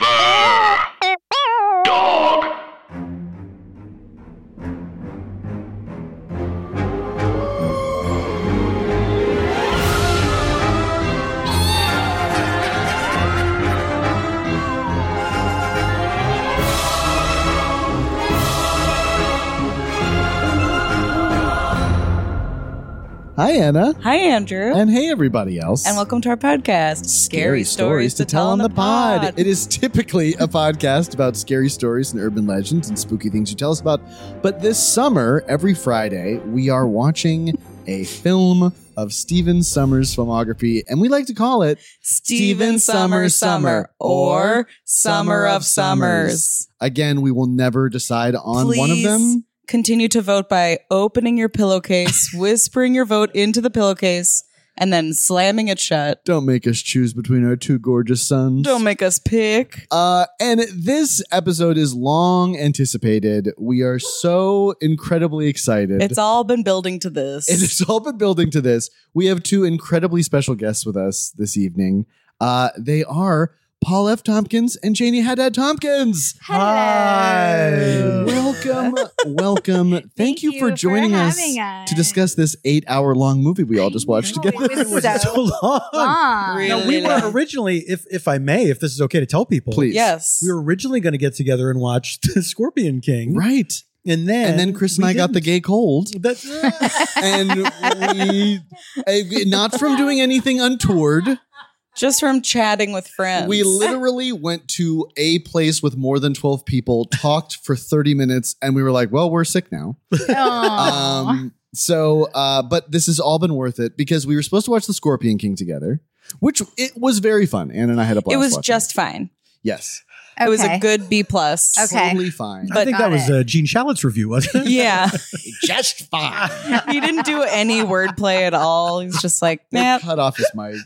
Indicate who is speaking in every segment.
Speaker 1: Forever. Dog.
Speaker 2: Hi, Anna.
Speaker 3: Hi, Andrew.
Speaker 2: And hey, everybody else.
Speaker 3: And welcome to our podcast, Scary, Stories to Tell on the Pod.
Speaker 2: It is typically a podcast about scary stories and urban legends and spooky things you tell us about. But this summer, every Friday, we are watching a film of Steven Summers' filmography, and we like to call it Steven Summer Summer or Summer of Summers. Again, we will never decide on one of
Speaker 3: Please.
Speaker 2: them.
Speaker 3: Continue to vote by opening your pillowcase, whispering your vote into the pillowcase, and then slamming it shut.
Speaker 2: Don't make us choose between our two gorgeous sons.
Speaker 3: Don't make us pick.
Speaker 2: Uh, and this episode is long anticipated. We are so incredibly excited.
Speaker 3: It's all been building to this.
Speaker 2: It has all been building to this. We have two incredibly special guests with us this evening. Uh, they are Paul F. Tompkins and Janie Haddad Tompkins.
Speaker 4: Hello.
Speaker 2: Welcome, welcome. Thank, you, for joining us,
Speaker 4: having us
Speaker 2: to discuss this eight-hour-long movie we all just watched
Speaker 4: know,
Speaker 2: together.
Speaker 4: it was so
Speaker 5: so long.
Speaker 4: long.
Speaker 3: Really?
Speaker 5: Now, we were originally, if if I may, if this is okay to tell people,
Speaker 2: Please,
Speaker 3: yes.
Speaker 5: We were originally going to get together and watch The Scorpion King,
Speaker 2: right.
Speaker 5: And then
Speaker 2: And then Chris and
Speaker 5: we
Speaker 2: I got the
Speaker 5: didn't.
Speaker 2: gay cold.
Speaker 5: That's
Speaker 2: and we eh, not from doing anything untoward.
Speaker 3: Just from chatting with friends.
Speaker 2: We literally went to a place with more than 12 people, talked for 30 minutes, and we were like, well, we're sick now.
Speaker 4: Aw.
Speaker 2: Um, so, uh, but this has all been worth it because we were supposed to watch The Scorpion King together, which it was very fun. Anna and I had a blast.
Speaker 3: it was
Speaker 2: watching
Speaker 3: just fine.
Speaker 2: Yes.
Speaker 4: okay.
Speaker 3: It was a good B plus.
Speaker 4: Okay.
Speaker 2: Totally fine.
Speaker 5: I think
Speaker 4: Got
Speaker 5: that was
Speaker 4: it.
Speaker 5: uh, Gene Shalit's review, wasn't it?
Speaker 3: Yeah.
Speaker 2: just fine.
Speaker 3: he didn't do any wordplay at all. He's just like, nah,
Speaker 2: Cut off his mic.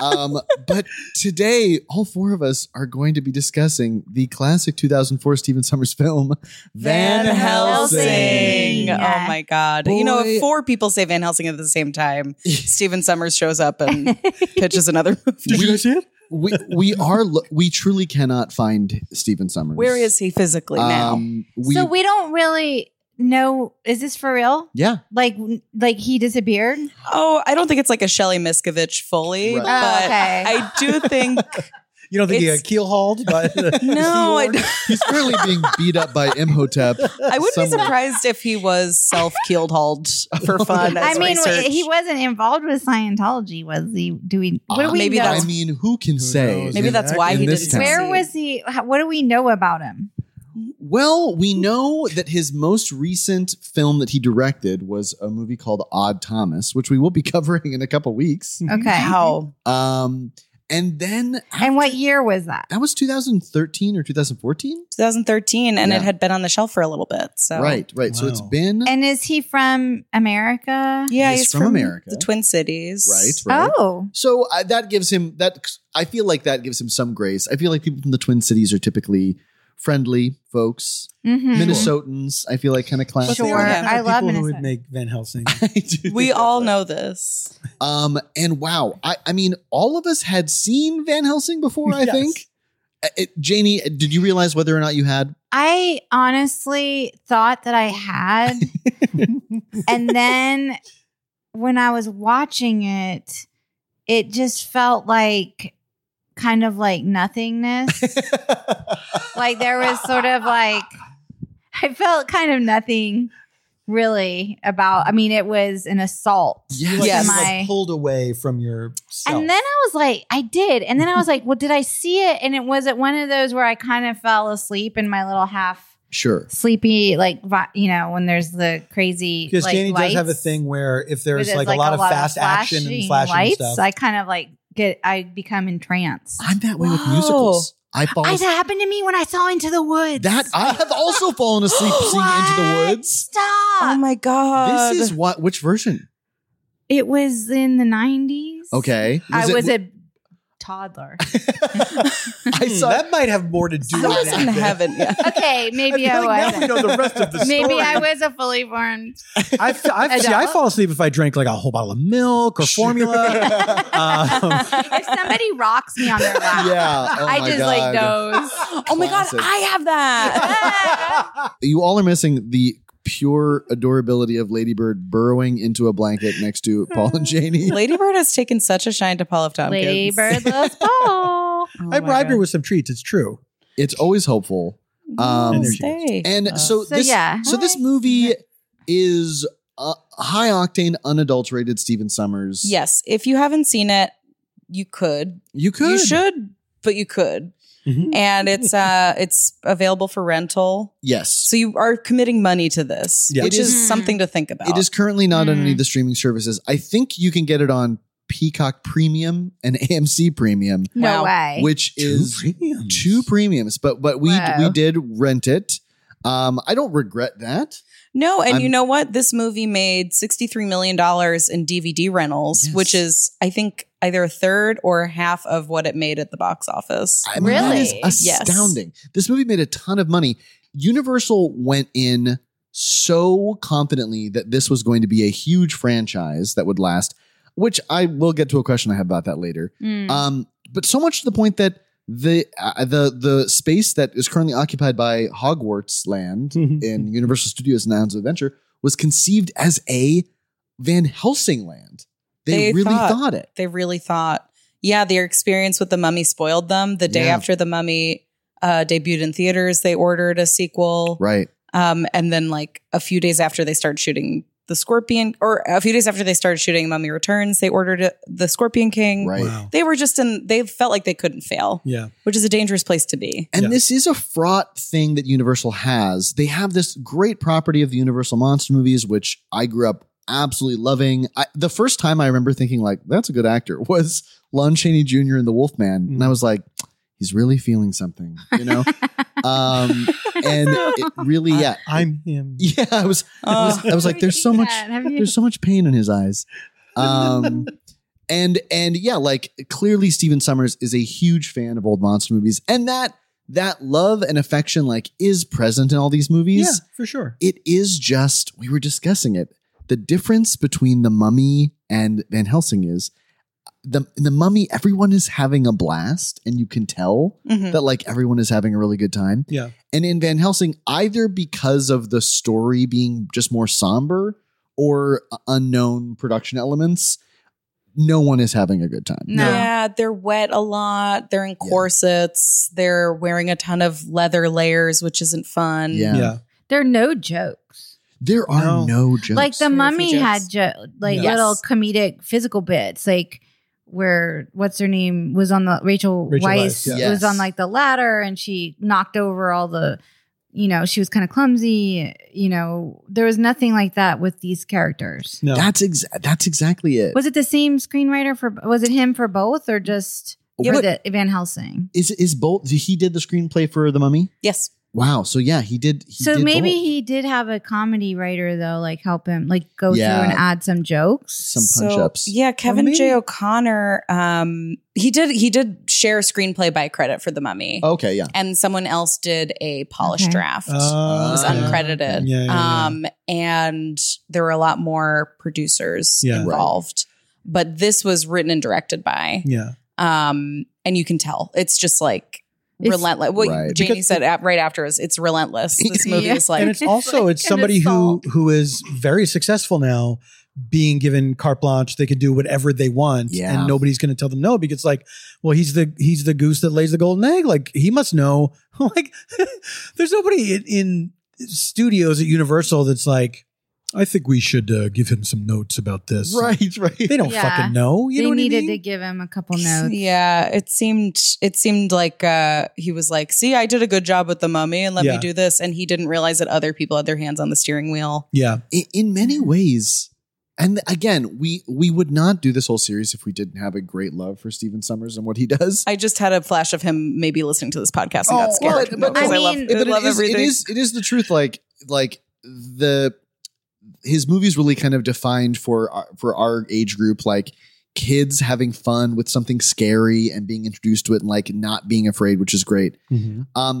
Speaker 2: um, but today, all four of us are going to be discussing the classic 2004 Stephen Summers film,
Speaker 3: Van Helsing.
Speaker 4: Helsing.
Speaker 3: Oh my God. You know,
Speaker 2: Boy.
Speaker 3: if four people say Van Helsing at the same time, Steven Summers shows up and pitches another movie.
Speaker 5: Did you guys see it?
Speaker 2: we we are lo- we truly cannot find Stephen Summers.
Speaker 3: Where is he physically now?
Speaker 2: Um, we,
Speaker 4: so we don't really know. Is this for real?
Speaker 2: yeah,
Speaker 4: Like, like he disappeared?
Speaker 3: Oh, I don't think it's like a Shelley Miskovich fully,
Speaker 2: Right. Oh,
Speaker 3: but
Speaker 4: okay.
Speaker 3: I do think
Speaker 5: You don't think
Speaker 3: It's-
Speaker 5: he got keelhauled? But
Speaker 3: no. I,
Speaker 2: he's currently being beat up by Imhotep.
Speaker 3: I wouldn't be
Speaker 2: somewhere.
Speaker 3: surprised if he was self keeled hauled for fun. As
Speaker 4: I mean,
Speaker 3: research.
Speaker 4: he wasn't involved with Scientology, was he? Do we? What do
Speaker 2: Uh,
Speaker 4: we
Speaker 3: maybe
Speaker 4: know?
Speaker 2: I
Speaker 3: that's-
Speaker 2: mean, who can say?
Speaker 5: knows?
Speaker 3: maybe that's why
Speaker 2: In
Speaker 3: he
Speaker 2: this
Speaker 3: didn't.
Speaker 2: town.
Speaker 4: Where
Speaker 3: succeed.
Speaker 4: was he? how- What do we know about him?
Speaker 2: Well, we know that his most recent film that he directed was a movie called Odd Thomas, which we will be covering in a couple
Speaker 5: Mm-hmm.
Speaker 2: weeks.
Speaker 4: Okay.
Speaker 3: Wow.
Speaker 2: Um, and then
Speaker 4: And what year was that?
Speaker 2: that was 2013 or 2014,
Speaker 3: 2013, and it
Speaker 2: Yeah.
Speaker 3: had been on the shelf for a little bit. So
Speaker 2: right? Right. So
Speaker 5: Wow.
Speaker 2: it's been
Speaker 4: And is he from America?
Speaker 3: Yeah,
Speaker 2: He's
Speaker 3: he's,
Speaker 2: from America.
Speaker 3: the Twin Cities.
Speaker 2: right. Right.
Speaker 4: Oh,
Speaker 2: So uh, that gives him that. I feel like that gives him some grace. I feel like people from the Twin Cities are typically friendly folks,
Speaker 4: Mhm.
Speaker 2: Minnesotans. I feel like kind of
Speaker 5: But
Speaker 2: classy.
Speaker 5: they were
Speaker 4: Sure.
Speaker 5: the kind of
Speaker 4: I love
Speaker 5: people who
Speaker 4: Minnesota.
Speaker 5: would make Van Helsing.
Speaker 2: I do
Speaker 3: We
Speaker 2: think
Speaker 3: all
Speaker 2: that's
Speaker 3: know this.
Speaker 2: right. Um, and wow, I, I mean, all of us had seen Van Helsing before. I
Speaker 5: Yes.
Speaker 2: think. Uh, it- Janie, did you realize whether or not you had?
Speaker 4: I honestly thought that I had. and then when I was watching it, it just felt like kind of like nothingness. like there was sort of like, I felt kind of nothing really about, I mean, it was an assault.
Speaker 2: Yes.
Speaker 5: Like,
Speaker 3: Yes.
Speaker 5: you, like,
Speaker 4: My-
Speaker 5: pulled away from your.
Speaker 4: And then I was like, I did. And then I was like, well, did I see it? And it was at one of those where I kind of fell asleep in my little half
Speaker 2: Sure.
Speaker 4: sleepy, like vi- you know, when there's the crazy.
Speaker 5: because
Speaker 4: like,
Speaker 5: Janie does
Speaker 4: lights,
Speaker 5: have a thing where if
Speaker 4: where
Speaker 5: there's like, a lot of fast action and
Speaker 4: flashing
Speaker 5: flashing
Speaker 4: lights,
Speaker 5: stuff,
Speaker 4: I kind of like get. I become entranced.
Speaker 2: I'm that way with
Speaker 3: Wow.
Speaker 2: musicals. I fall.
Speaker 4: I,
Speaker 2: asleep.
Speaker 4: that happened to me when I saw Into the Woods.
Speaker 2: That I have also fallen asleep seeing Into the
Speaker 4: What?
Speaker 2: Woods.
Speaker 4: Stop.
Speaker 3: Oh my god!
Speaker 2: This is what? Which version?
Speaker 4: it was in the nineties.
Speaker 2: Okay.
Speaker 4: I
Speaker 2: it-
Speaker 4: was a toddler.
Speaker 2: I
Speaker 5: Hmm,
Speaker 2: saw
Speaker 5: that might have more to do
Speaker 3: I
Speaker 5: with
Speaker 3: was in
Speaker 5: that.
Speaker 3: heaven. Yeah.
Speaker 4: Okay,
Speaker 5: I
Speaker 4: maybe
Speaker 5: feel
Speaker 4: I
Speaker 5: like now we
Speaker 4: was.
Speaker 5: know the rest of the story.
Speaker 4: Maybe I was a fully formed.
Speaker 5: I, f- I f- see, I
Speaker 4: Adult.
Speaker 5: fall asleep if I drank like a whole bottle of milk or formula. um,
Speaker 4: If somebody rocks me on their lap,
Speaker 2: Yeah. Oh
Speaker 4: I
Speaker 2: my
Speaker 4: just
Speaker 2: God.
Speaker 4: like those.
Speaker 3: Oh my god,
Speaker 2: Classic.
Speaker 3: I have
Speaker 4: Oh
Speaker 3: that.
Speaker 2: you all are missing the pure adorability of Ladybird burrowing into a blanket next to Paul and Janie.
Speaker 3: Ladybird has taken such a shine to Paul of Tompkins.
Speaker 4: Ladybird loves Paul.
Speaker 3: Oh
Speaker 5: I
Speaker 3: my
Speaker 5: bribed her
Speaker 3: God.
Speaker 5: with some treats. It's true.
Speaker 2: It's always hopeful.
Speaker 3: Oh,
Speaker 2: um,
Speaker 5: And there she
Speaker 3: Stay.
Speaker 2: And
Speaker 3: Uh,
Speaker 2: so,
Speaker 4: So,
Speaker 2: this,
Speaker 4: yeah.
Speaker 2: so this movie is uh, high octane, unadulterated Stephen Summers.
Speaker 3: yes, if you haven't seen it, you could.
Speaker 2: you could.
Speaker 3: You should, but you could.
Speaker 2: Mm-hmm.
Speaker 5: Mhm.
Speaker 3: And it's uh it's available for rental.
Speaker 2: Yes.
Speaker 3: So you are committing money to this,
Speaker 5: Yeah.
Speaker 3: which
Speaker 2: It
Speaker 3: is,
Speaker 4: is-
Speaker 3: something to think about.
Speaker 2: It is currently not on any of
Speaker 4: Mm.
Speaker 2: the streaming services. I think you can get it on Peacock Premium and AMC Premium,
Speaker 4: No
Speaker 3: Wow.
Speaker 4: way.
Speaker 2: which is
Speaker 5: premiums.
Speaker 2: two premiums. But but we
Speaker 4: Wow.
Speaker 2: we did rent it. Um, I don't regret that.
Speaker 3: No, and you
Speaker 2: I'm-
Speaker 3: know what? This movie made $63 million in DVD rentals,
Speaker 2: Yes.
Speaker 3: which is, I think, either a third or half of what it made at the box office.
Speaker 2: I mean, that is
Speaker 4: Really?
Speaker 3: Yes.
Speaker 2: astounding. This movie made a ton of money. Universal went in so confidently that this was going to be a huge franchise that would last, which I will get to a question I have about that later.
Speaker 4: Mm.
Speaker 2: Um, but so much to the point that the uh, the the space that is currently occupied by Hogwarts Land
Speaker 5: Mhm.
Speaker 2: in Universal Studios Nines Adventure was conceived as a Van Helsing land. They,
Speaker 3: They
Speaker 2: really
Speaker 3: thought-
Speaker 2: thought it.
Speaker 3: They really thought, yeah, their experience with the mummy spoiled them. The day
Speaker 2: Yeah.
Speaker 3: after the mummy uh, debuted in theaters, they ordered a sequel.
Speaker 2: Right.
Speaker 3: Um, and then, like, a few days after they started shooting The Scorpion, or a few days after they started shooting Mummy Returns, they ordered it- The Scorpion King.
Speaker 2: Right.
Speaker 5: Wow.
Speaker 3: They were just in, they felt like they couldn't fail,
Speaker 5: Yeah.
Speaker 3: which is a dangerous place to be.
Speaker 2: And
Speaker 5: Yeah.
Speaker 2: this is a fraught thing that Universal has. They have this great property of the Universal monster movies, which I grew up absolutely loving. I, the first time I remember thinking like, "That's a good actor," was Lon Chaney Jr. in The Wolfman, and I
Speaker 3: Mm.
Speaker 2: was like, "He's really feeling something," you know. um, and it really, yeah,
Speaker 5: I'm him.
Speaker 2: yeah. I was, I
Speaker 3: Uh,
Speaker 2: was, I was like, "There's so much." there's so much pain in his eyes um and and yeah like clearly steven summers is a huge fan of old monster movies and that that love and affection like is present in all these
Speaker 5: Yeah,
Speaker 2: movies
Speaker 5: for sure.
Speaker 2: it is just we were discussing it the difference between the mummy and van helsing is the in the mummy everyone is having a blast and you can tell
Speaker 4: Mm.
Speaker 3: Mhm.
Speaker 2: that like everyone is having a really good time
Speaker 5: Yeah.
Speaker 2: and in Van Helsing, either because of the story being just more somber or unknown production elements, no one is having a good time.
Speaker 4: No.
Speaker 3: Yeah, they're wet a lot. They're in
Speaker 2: Yeah.
Speaker 3: corsets. They're wearing a ton of leather layers, which isn't fun.
Speaker 2: Yeah.
Speaker 5: Yeah.
Speaker 4: There are no jokes.
Speaker 2: There are no,
Speaker 5: No.
Speaker 2: jokes.
Speaker 4: Like the
Speaker 3: Very few
Speaker 4: mummy
Speaker 3: jokes.
Speaker 4: had jo- like
Speaker 3: Yeah.
Speaker 4: little
Speaker 3: Yes.
Speaker 4: comedic physical bits, like where what's her name was on the Rachel,
Speaker 5: Rachel
Speaker 4: Weisz
Speaker 5: Weisz, yeah.
Speaker 2: Yes.
Speaker 4: was on like the ladder and she knocked over all the, you know, she was kind of clumsy. You know, there was nothing like that with these characters.
Speaker 5: No.
Speaker 2: that's exa- that's exactly it.
Speaker 4: Was it the same screenwriter for? Was it him for both or just
Speaker 2: Yeah,
Speaker 4: for
Speaker 2: but-
Speaker 4: the Van Helsing?
Speaker 2: Is is both he did the screenplay for The Mummy?
Speaker 3: Yes.
Speaker 2: Wow. So yeah, he did he
Speaker 4: So
Speaker 2: did
Speaker 4: maybe
Speaker 2: both.
Speaker 4: he did have a comedy writer though, like help him like go
Speaker 2: Yeah.
Speaker 4: through and add some jokes.
Speaker 2: some punch
Speaker 3: So,
Speaker 2: ups.
Speaker 3: Yeah, Kevin J.
Speaker 5: maybe-
Speaker 3: O'Connor. Um, he did he did share screenplay by credit for the mummy.
Speaker 5: Oh.
Speaker 2: Okay, yeah.
Speaker 3: And someone else did a polished
Speaker 4: Okay.
Speaker 3: draft. it was
Speaker 2: Ah, yeah.
Speaker 3: uncredited.
Speaker 5: Oh, Yeah, yeah, yeah.
Speaker 3: Um, and there were a lot more producers
Speaker 5: Yeah. Right.
Speaker 3: involved. But this was written and directed by.
Speaker 5: Yeah.
Speaker 3: Um, and you can tell it's just like
Speaker 4: It's-
Speaker 3: relentless. What
Speaker 2: Right.
Speaker 3: Janie
Speaker 5: Because-
Speaker 3: said at, right after is it's relentless. This movie
Speaker 4: Yeah.
Speaker 3: is like
Speaker 5: and it's also
Speaker 4: like
Speaker 5: it's
Speaker 4: an
Speaker 5: somebody who
Speaker 4: assault.
Speaker 5: who is very successful now being given carte blanche they can do whatever they want
Speaker 2: Yeah.
Speaker 5: and nobody's going to tell them no because like well he's the he's the goose that lays the golden egg like he must know like there's nobody in, in studios at universal that's like i think we should uh, give him some notes about this
Speaker 2: Right, right.
Speaker 5: they don't
Speaker 4: Yeah.
Speaker 5: fucking know you
Speaker 4: they
Speaker 5: know what
Speaker 4: needed
Speaker 5: I mean?
Speaker 4: to give him a couple notes.
Speaker 3: Yeah, it seemed it seemed like uh, he was like, "See, I did a good job with the mummy, and let me
Speaker 5: Yeah.
Speaker 3: do this." And he didn't realize that other people had their hands on the steering wheel.
Speaker 5: yeah
Speaker 2: in, in many ways and again we we would not do this whole series if we didn't have a great love for steven summers and what he does
Speaker 3: I just had a flash of him maybe listening to this podcast and got scared.
Speaker 2: but-
Speaker 3: No,
Speaker 2: but-
Speaker 3: 'cause
Speaker 4: I
Speaker 3: love,
Speaker 4: mean-
Speaker 2: Oh, but it
Speaker 3: love
Speaker 2: is-
Speaker 3: everything.
Speaker 2: it is it is the truth like like the his movies really kind of defined for our, for our uh, age group like kids having fun with something scary and being introduced to it and like not being afraid, which is great. Um,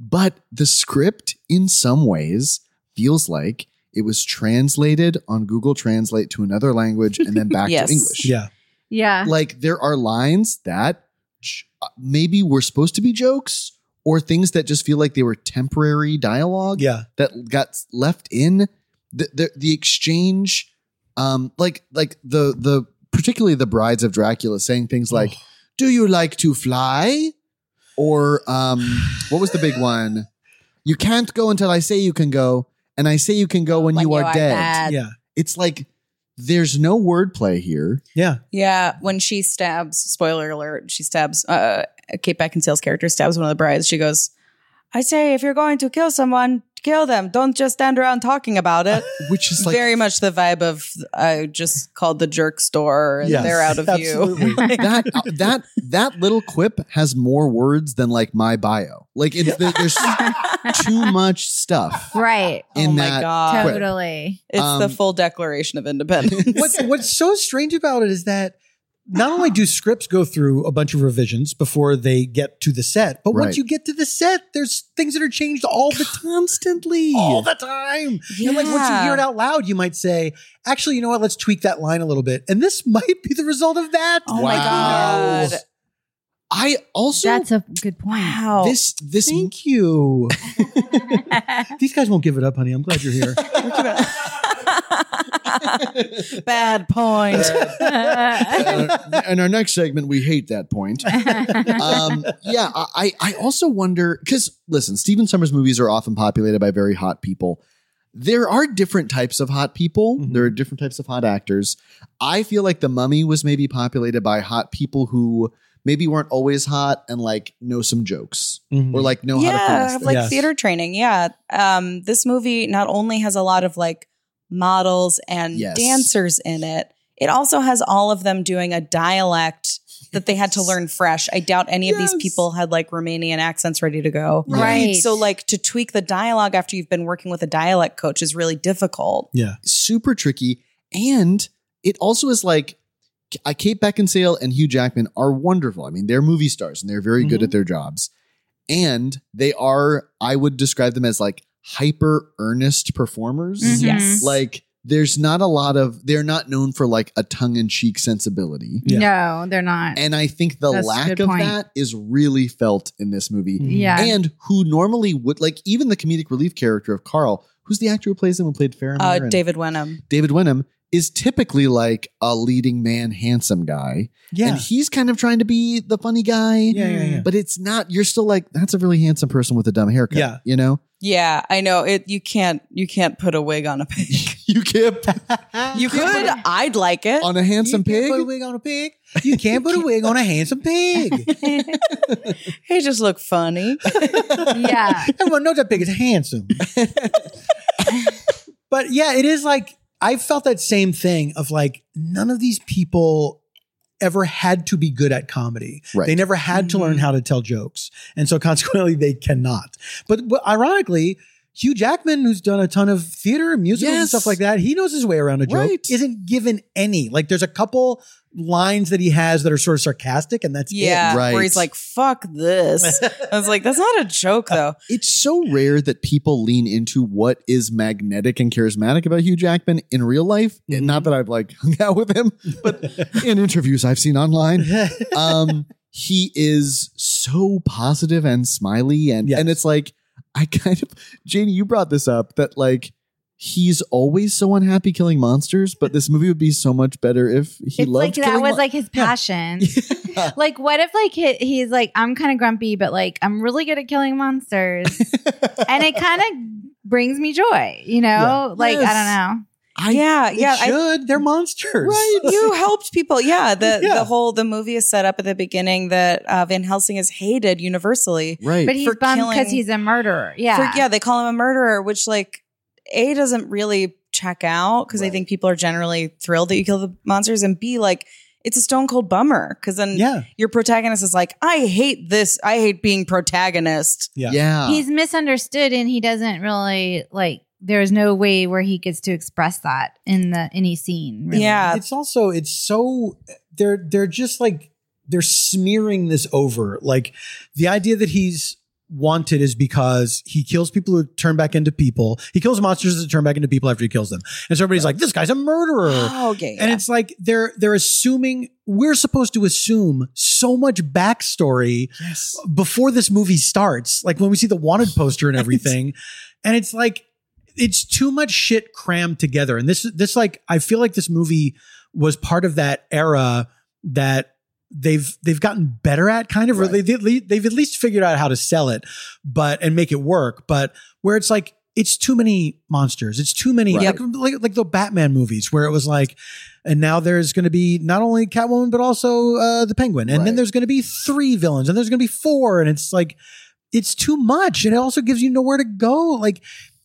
Speaker 2: but the script, in some ways, feels like it was translated on Google Translate to another language and then back
Speaker 3: Yes.
Speaker 2: to English.
Speaker 5: Yeah.
Speaker 4: Yeah.
Speaker 2: Like there are lines that j- uh, maybe were supposed to be jokes or things that just feel like they were temporary dialogue
Speaker 5: Yeah.
Speaker 2: that got left in the the, the exchange um like like the the particularly the brides of dracula saying things like do you like to fly or um what was the big one you can't go until i say you can go and i say you can go when, you are, dead
Speaker 5: Yeah.
Speaker 2: it's like there's no wordplay here
Speaker 5: Yeah.
Speaker 3: Yeah, when she stabs, spoiler alert, she stabs uh Kate Beckinsale's character stabs one of the brides. She goes, "I say if you're going to kill someone, kill them. Don't just stand around talking about it."
Speaker 2: which is like
Speaker 3: Very much the vibe of I just called the jerk store and
Speaker 5: Yes,
Speaker 3: they're out of
Speaker 5: absolutely.
Speaker 3: you. Like,
Speaker 2: that uh, that that little quip has more words than like my bio like it's there's too much stuff
Speaker 4: Right.
Speaker 3: oh
Speaker 2: in
Speaker 3: my
Speaker 2: that
Speaker 3: god.
Speaker 2: quip.
Speaker 4: Totally.
Speaker 3: It's the
Speaker 2: Um,
Speaker 3: full declaration of independence.
Speaker 5: What's what's so strange about it is that not only do scripts go through a bunch of revisions before they get to the set, but
Speaker 2: Right.
Speaker 5: once you get to the set, there's things that are changed all the
Speaker 2: constantly
Speaker 5: all the time. And like once you hear it out loud, you might say, actually, you know what? Let's tweak that line a little bit. And this might be the result of that.
Speaker 3: Oh my
Speaker 2: Wow.
Speaker 3: god.
Speaker 2: I also
Speaker 4: That's a good point.
Speaker 3: Wow.
Speaker 2: this this
Speaker 5: Thank you. These guys won't give it up, honey. I'm glad you're here.
Speaker 3: Bad point.
Speaker 2: uh, in our next segment we hate that point. Um, yeah, I I I also wonder because listen, Stephen Summers movies are often populated by very hot people. There are different types of hot people.
Speaker 5: Mhm.
Speaker 2: There are different types of hot actors. I feel like The Mummy was maybe populated by hot people who maybe weren't always hot and like know some jokes or like know how to
Speaker 3: yeah,
Speaker 2: pronounce
Speaker 3: have,
Speaker 2: them.
Speaker 3: like
Speaker 5: Yes.
Speaker 3: theater training. Yeah. Um, this movie not only has a lot of like models and
Speaker 2: Yes.
Speaker 3: dancers in it, it also has all of them doing a dialect that they had to learn fresh. I doubt any of these
Speaker 2: Yes.
Speaker 3: people had like Romanian accents ready to go.
Speaker 4: Right.
Speaker 3: So like to tweak the dialogue after you've been working with a dialect coach is really difficult.
Speaker 5: yeah.
Speaker 2: super tricky. And it also is like I- Kate Beckinsale and Hugh Jackman are wonderful. I mean, they're movie stars and they're very good
Speaker 5: Mhm.
Speaker 2: at their jobs. And they are, I would describe them as like hyper earnest performers.
Speaker 4: Mhm.
Speaker 3: Yes.
Speaker 2: Like, there's not a lot of, they're not known for like a tongue in cheek sensibility.
Speaker 4: No, they're not.
Speaker 2: And I think the
Speaker 4: That's a
Speaker 2: lack
Speaker 4: good
Speaker 2: of
Speaker 4: point.
Speaker 2: that is really felt in this movie.
Speaker 4: yeah.
Speaker 2: And who normally would, like, even the comedic relief character of Carl, who's the actor who plays him and played Faramir?
Speaker 3: Uh,
Speaker 2: and-
Speaker 3: David Wenham.
Speaker 2: David Wenham is typically like a leading man, handsome guy.
Speaker 5: Mm-hmm. Yeah.
Speaker 2: And he's kind of trying to be the funny guy.
Speaker 5: yeah. Yeah. Yeah.
Speaker 2: But it's not, you're still like, that's a really handsome person with a dumb haircut.
Speaker 5: Yeah.
Speaker 2: You know?
Speaker 3: Yeah, I know it. You can't. You can't put a wig on a pig.
Speaker 2: You can't
Speaker 3: You could. I'd like it.
Speaker 2: on a handsome
Speaker 5: you can't put a
Speaker 2: pig.
Speaker 5: wig on a pig. You can't put a wig on a handsome pig.
Speaker 3: He just looked funny.
Speaker 4: yeah.
Speaker 5: Everyone knows that pig is handsome. but yeah, it is like I felt that same thing of like none of these people ever had to be good at comedy.
Speaker 2: Right.
Speaker 5: They never had to learn how to tell jokes. And so consequently they cannot. But, but ironically, Hugh Jackman, who's done a ton of theater and musicals and
Speaker 2: Yes.
Speaker 5: stuff like that, he knows his way around a joke.
Speaker 2: Right.
Speaker 5: Isn't given any. Like there's a couple lines that he has that are sort of sarcastic, and that's it.
Speaker 3: Yeah,
Speaker 2: Right.
Speaker 3: where he's like, "Fuck this." I was like, "That's not a joke, though."
Speaker 2: It's so rare that people lean into what is magnetic and charismatic about Hugh Jackman in real life.
Speaker 5: Mm-hmm.
Speaker 2: And Not that I've like hung out with him, but in interviews I've seen online. um he is so positive and smiley and
Speaker 5: Yes.
Speaker 2: and it's like i kind of janie you brought this up that like he's always so unhappy killing monsters but this movie would be so much better if he
Speaker 4: it's like
Speaker 2: loved
Speaker 4: that
Speaker 2: killing
Speaker 4: was
Speaker 2: mon-
Speaker 4: like his passion. like, what if like he, he's like, I'm kind of grumpy, but like I'm really good at killing monsters, and it kind of brings me joy. You know,
Speaker 5: Yeah.
Speaker 4: like
Speaker 2: Yes.
Speaker 4: I don't know.
Speaker 2: I-
Speaker 3: yeah,
Speaker 5: They
Speaker 3: yeah. I,
Speaker 5: should. They're monsters.
Speaker 2: Right.
Speaker 3: you helped people. Yeah, the
Speaker 5: Yeah.
Speaker 3: the whole the movie is set up at the beginning that uh, Van Helsing is hated universally.
Speaker 2: right
Speaker 4: But he's
Speaker 3: For
Speaker 4: bummed because
Speaker 3: killing-
Speaker 4: he's a murderer. Yeah,
Speaker 3: For- yeah, they call him a murderer, which like a doesn't really check out because I
Speaker 2: Right.
Speaker 3: think people are generally thrilled that you kill the monsters, and b like it's a stone cold bummer because then
Speaker 5: Yeah.
Speaker 3: your protagonist is like, "I hate this. I hate being protagonist."
Speaker 2: yeah,
Speaker 4: he's misunderstood, and he doesn't really like. There's no way where he gets to express that in the any scene. really.
Speaker 3: Yeah,
Speaker 5: It's also it's so they're they're just like they're smearing this over. Like the idea that he's wanted is because he kills people who turn back into people. He kills monsters that turn back into people after he kills them. And so everybody's like, this guy's a murderer.
Speaker 3: Oh, okay.
Speaker 5: And
Speaker 3: yeah.
Speaker 5: it's like they're they're assuming we're supposed to assume so much backstory
Speaker 2: Yes.
Speaker 5: before this movie starts, like when we see the wanted poster and everything, and it's like it's too much shit crammed together. And this this like I feel like this movie was part of that era that they've they've gotten better at kind of or
Speaker 2: Right.
Speaker 5: they, they they've at least figured out how to sell it but and make it work but where it's like it's too many monsters it's too many
Speaker 2: Right.
Speaker 5: like, like like the batman movies where it was like and now there's going to be not only Catwoman but also uh, the Penguin, and then
Speaker 2: Right.
Speaker 5: there's going to be three villains, and there's going to be four, and it's like it's too much, and it also gives you nowhere to go. Like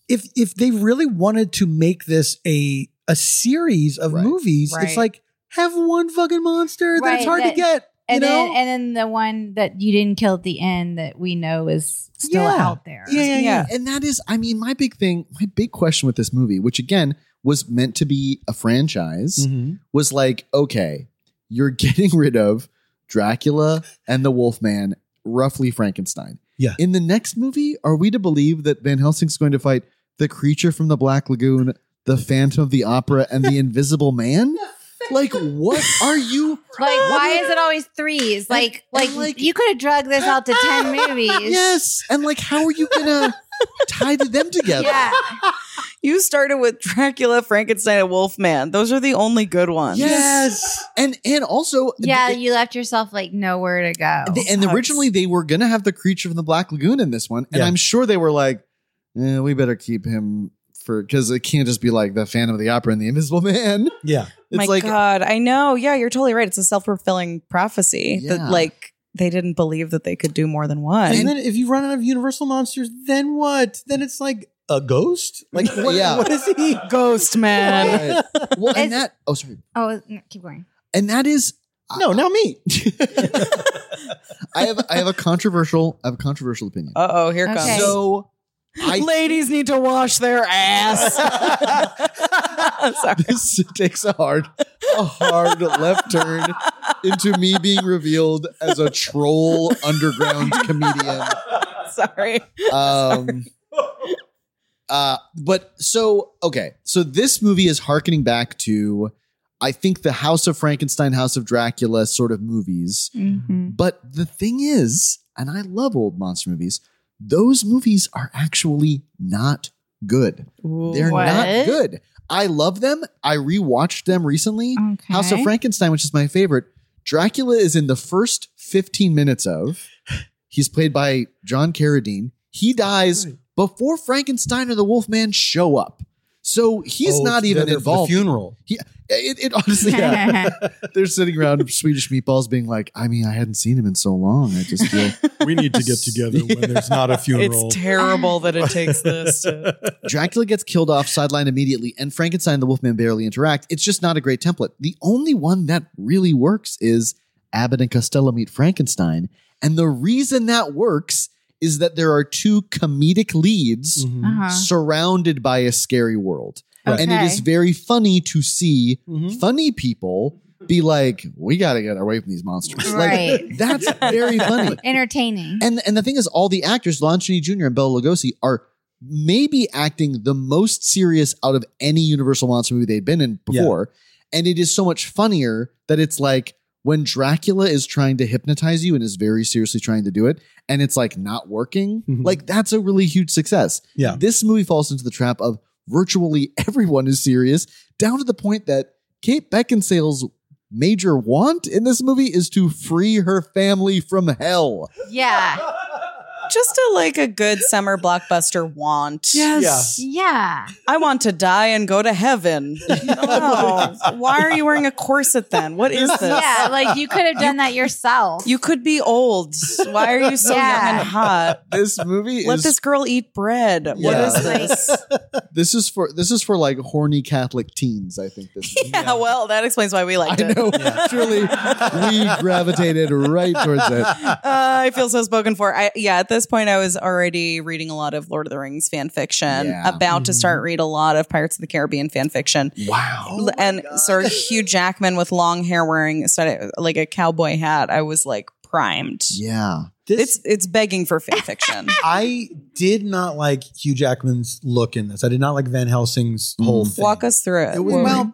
Speaker 5: if if they really wanted to make this a a series of
Speaker 2: Right.
Speaker 5: movies,
Speaker 3: Right.
Speaker 5: it's like have one fucking monster that it's
Speaker 4: Right,
Speaker 5: hard to
Speaker 4: that-
Speaker 5: get.
Speaker 4: And
Speaker 5: you know?
Speaker 4: then and then the one that you didn't kill at the end that we know is still
Speaker 5: Yeah.
Speaker 4: out there.
Speaker 5: yeah, yeah, yeah.
Speaker 3: Yeah.
Speaker 2: And that is, I mean, my big thing, my big question with this movie, which again was meant to be a franchise,
Speaker 5: Mhm.
Speaker 2: was like, okay, you're getting rid of Dracula and the Wolfman, roughly Frankenstein.
Speaker 5: Yeah.
Speaker 2: In the next movie, are we to believe that Van Helsing's going to fight the creature from the Black Lagoon, the Phantom of the Opera, and the Invisible Man? Like, what are you?
Speaker 4: Like why is it always threes? Like like,
Speaker 2: like-
Speaker 4: you could have drugged this out to ten movies.
Speaker 2: Yes. And like, how are you gonna tie them together?
Speaker 4: Yeah.
Speaker 3: you started with Dracula, Frankenstein, and Wolfman. Those are the only good ones.
Speaker 2: Yes. And and also
Speaker 4: Yeah,
Speaker 2: it-
Speaker 4: you left yourself like nowhere to go.
Speaker 2: the- and
Speaker 3: Sucks.
Speaker 2: originally they were gonna have the creature from the Black Lagoon in this one, and
Speaker 5: Yeah.
Speaker 2: I'm sure they were like, eh, we better keep him for because it can't just be like the Phantom of the Opera and the Invisible Man.
Speaker 5: yeah.
Speaker 2: It's
Speaker 3: My
Speaker 2: like
Speaker 3: God, I know. Yeah, you're totally right. It's a self fulfilling prophecy
Speaker 2: Yeah.
Speaker 3: that like they didn't believe that they could do more than one.
Speaker 5: And, then if you run out of Universal monsters, then what? Then it's like a ghost. Like what,
Speaker 2: Yeah.
Speaker 5: what is he?
Speaker 3: Ghost man.
Speaker 2: Right. well, and
Speaker 4: It's-
Speaker 2: that oh sorry,
Speaker 4: oh no, keep going.
Speaker 2: and that is
Speaker 5: No, not me.
Speaker 2: I have I have a controversial I have a controversial opinion.
Speaker 3: Uh oh, here comes.
Speaker 4: Okay.
Speaker 2: So I
Speaker 3: Ladies need to wash their ass. Sorry.
Speaker 2: this takes a hard a hard left turn into me being revealed as a troll underground comedian.
Speaker 3: Sorry.
Speaker 2: Um, uh, but so okay, so this movie is harkening back to, I think the House of Frankenstein, House of Dracula sort of movies.
Speaker 4: Mhm.
Speaker 2: But the thing is, and I love old monster movies. Those movies are actually not good. They're not
Speaker 4: What?
Speaker 2: good. I love them. I rewatched them recently.
Speaker 4: Okay.
Speaker 2: House of Frankenstein, which is my favorite, Dracula is in the first 15 minutes of. He's played by John Carradine. He dies before Frankenstein or the Wolfman show up. So he's
Speaker 5: Oh,
Speaker 2: not
Speaker 5: they're
Speaker 2: even
Speaker 5: there for the
Speaker 2: involved.
Speaker 5: funeral.
Speaker 2: It, it honestly, they're sitting around Swedish meatballs being like, I mean, I hadn't seen him in so long. I just feel.
Speaker 5: We need to get together when there's not a
Speaker 3: It's terrible that it takes this. To-
Speaker 2: Dracula gets killed off, sidelined immediately, and Frankenstein and the Wolfman barely interact. It's just not a great template. The only one that really works is Abbott and Costello meet Frankenstein. And the reason that works is that there are two comedic leads
Speaker 5: Mhm.
Speaker 4: Uh-huh.
Speaker 2: surrounded by a scary world.
Speaker 5: Right.
Speaker 2: And it is very funny to see
Speaker 5: Mhm.
Speaker 2: funny people be like, we got to get away from these monsters. Like,
Speaker 4: Right.
Speaker 2: that's very funny.
Speaker 4: Entertaining.
Speaker 5: Mm-hmm.
Speaker 2: And and the thing is, all the actors, Lon Chaney Jr. and Bela Lugosi, are maybe acting the most serious out of any Universal monster movie they've been in
Speaker 5: Yeah.
Speaker 2: before, and it is so much funnier that it's like when Dracula is trying to hypnotize you and is very seriously trying to do it, and it's like not working.
Speaker 5: Mhm.
Speaker 2: Like that's a really huge success.
Speaker 5: Yeah.
Speaker 2: this movie falls into the trap of virtually everyone is serious, down to the point that Kate Beckinsale's major want in this movie is to free her family from hell.
Speaker 4: yeah.
Speaker 3: Just a, like a good summer blockbuster want.
Speaker 5: Yes.
Speaker 4: Yeah.
Speaker 3: I want to die and go to heaven. No. Why are you wearing a corset then? What is this?
Speaker 4: Yeah. Like you could have done that yourself.
Speaker 3: You could be old. Why are you so
Speaker 4: Yeah.
Speaker 3: young and hot?
Speaker 2: this movie
Speaker 3: Let
Speaker 2: is
Speaker 3: this girl eat bread. What
Speaker 2: Yeah.
Speaker 3: is this?
Speaker 2: this is for this is for like horny Catholic teens. I think this.
Speaker 3: yeah, well, that explains why we
Speaker 2: I
Speaker 3: liked it.
Speaker 2: know. Truly, we gravitated right towards it.
Speaker 3: Uh, I feel so spoken for. I, yeah, at this point, I was already reading a lot of Lord of the Rings fan fiction.
Speaker 2: Yeah.
Speaker 3: About to
Speaker 5: Mhm.
Speaker 3: start read a lot of Pirates of the Caribbean fan fiction.
Speaker 2: Wow.
Speaker 3: L- and Sir Hugh Jackman with long hair wearing a set- like a cowboy hat. I was like primed.
Speaker 2: Yeah.
Speaker 5: This,
Speaker 3: It's it's begging for fan fiction.
Speaker 5: I did not like Hugh Jackman's look in this. I did not like Van Helsing's whole
Speaker 2: Mm.
Speaker 5: thing.
Speaker 3: Walk us through it.
Speaker 5: It was-
Speaker 3: What were-
Speaker 5: well,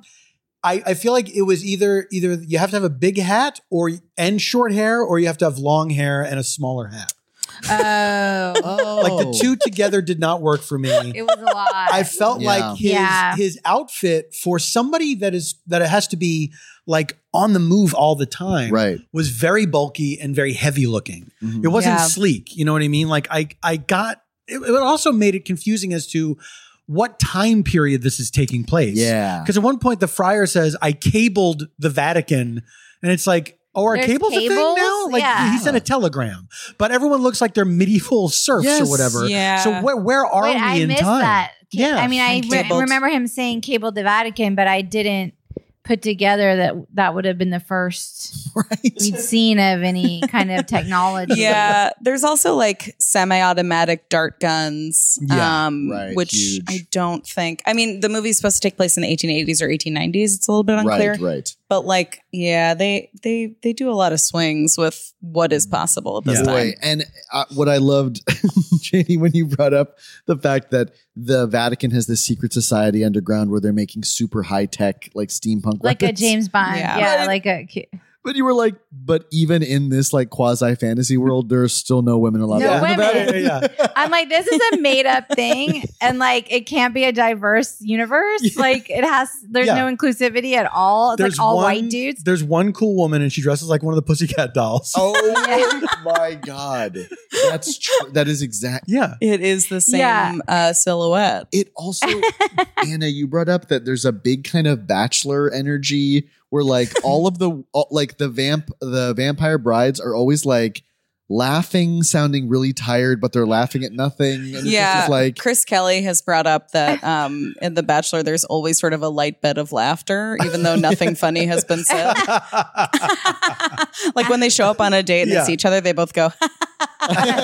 Speaker 5: I, I feel like it was either either you have to have a big hat or and short hair, or you have to have long hair and a smaller hat.
Speaker 4: Oh,
Speaker 2: Oh.
Speaker 5: Like the two together did not work for me.
Speaker 4: it was a lot.
Speaker 5: I felt
Speaker 2: Yeah.
Speaker 5: like his
Speaker 4: Yeah.
Speaker 5: his outfit for somebody that is that it has to be like on the move all the time
Speaker 2: Right.
Speaker 5: was very bulky and very heavy looking.
Speaker 2: Mm-hmm.
Speaker 5: It wasn't
Speaker 3: Yeah.
Speaker 5: sleek. You know what I mean? Like I I got it, it also made it confusing as to what time period this is taking place.
Speaker 2: Yeah.
Speaker 5: Because at one point the friar says, I cabled the Vatican. And it's like, oh, are
Speaker 4: There's
Speaker 5: cables, a thing
Speaker 4: cables?
Speaker 5: now? Like
Speaker 4: Yeah.
Speaker 5: he sent a telegram. But everyone looks like they're medieval serfs
Speaker 2: Yes.
Speaker 5: or whatever.
Speaker 3: Yeah.
Speaker 5: So where where are
Speaker 4: Wait,
Speaker 5: we
Speaker 4: I
Speaker 5: in
Speaker 4: missed
Speaker 5: time?
Speaker 4: that.
Speaker 5: Yeah.
Speaker 4: Yeah. I mean, I
Speaker 3: And
Speaker 4: re-
Speaker 3: cabled.
Speaker 4: remember him saying cable the Vatican, but I didn't put together that that would have been the first we'd seen of any kind of technology.
Speaker 3: yeah, there's also like semi-automatic dart guns,
Speaker 5: Yeah,
Speaker 3: um,
Speaker 2: right,
Speaker 3: which
Speaker 2: huge.
Speaker 3: I don't think. I mean, the movie's supposed to take place in the 1880s or 1890s. It's a little bit unclear,
Speaker 2: Right. Right.
Speaker 3: but like, yeah, they they they do a lot of swings with what is possible at this
Speaker 5: Yeah.
Speaker 3: time.
Speaker 2: Boy, and uh, what I loved, Janie, when you brought up the fact that the Vatican has this secret society underground where they're making super high tech, like steampunk,
Speaker 4: Like a
Speaker 2: weapons.
Speaker 4: James Bond.
Speaker 3: Yeah.
Speaker 4: Yeah.
Speaker 2: Right.
Speaker 4: Like a.
Speaker 2: But you were like, but even in this like quasi fantasy world, there's still no women allowed.
Speaker 4: No
Speaker 2: in the
Speaker 4: women.
Speaker 2: Vatican.
Speaker 5: Yeah, yeah,
Speaker 4: I'm like, this is a made up thing. And like, it can't be a diverse universe. Like, it has, there's
Speaker 5: Yeah.
Speaker 4: no inclusivity at all. It's like all white dudes.
Speaker 5: There's one cool woman and she dresses like one of the pussycat dolls.
Speaker 2: Oh my god, that's tr- that is exact.
Speaker 5: Yeah.
Speaker 3: It is the same
Speaker 4: Yeah.
Speaker 3: uh, silhouette.
Speaker 2: It also, Anna, you brought up that there's a big kind of bachelor energy where like all of the all, like the vamp the vampire brides are always like laughing, sounding really tired, but they're laughing at nothing. And it's
Speaker 3: Yeah.
Speaker 2: just like
Speaker 3: Chris Kelly has brought up that um, in The Bachelor, there's always sort of a light bed of laughter, even though nothing funny has been said. like when they show up on a date and
Speaker 5: Yeah.
Speaker 3: they see each other, they both go,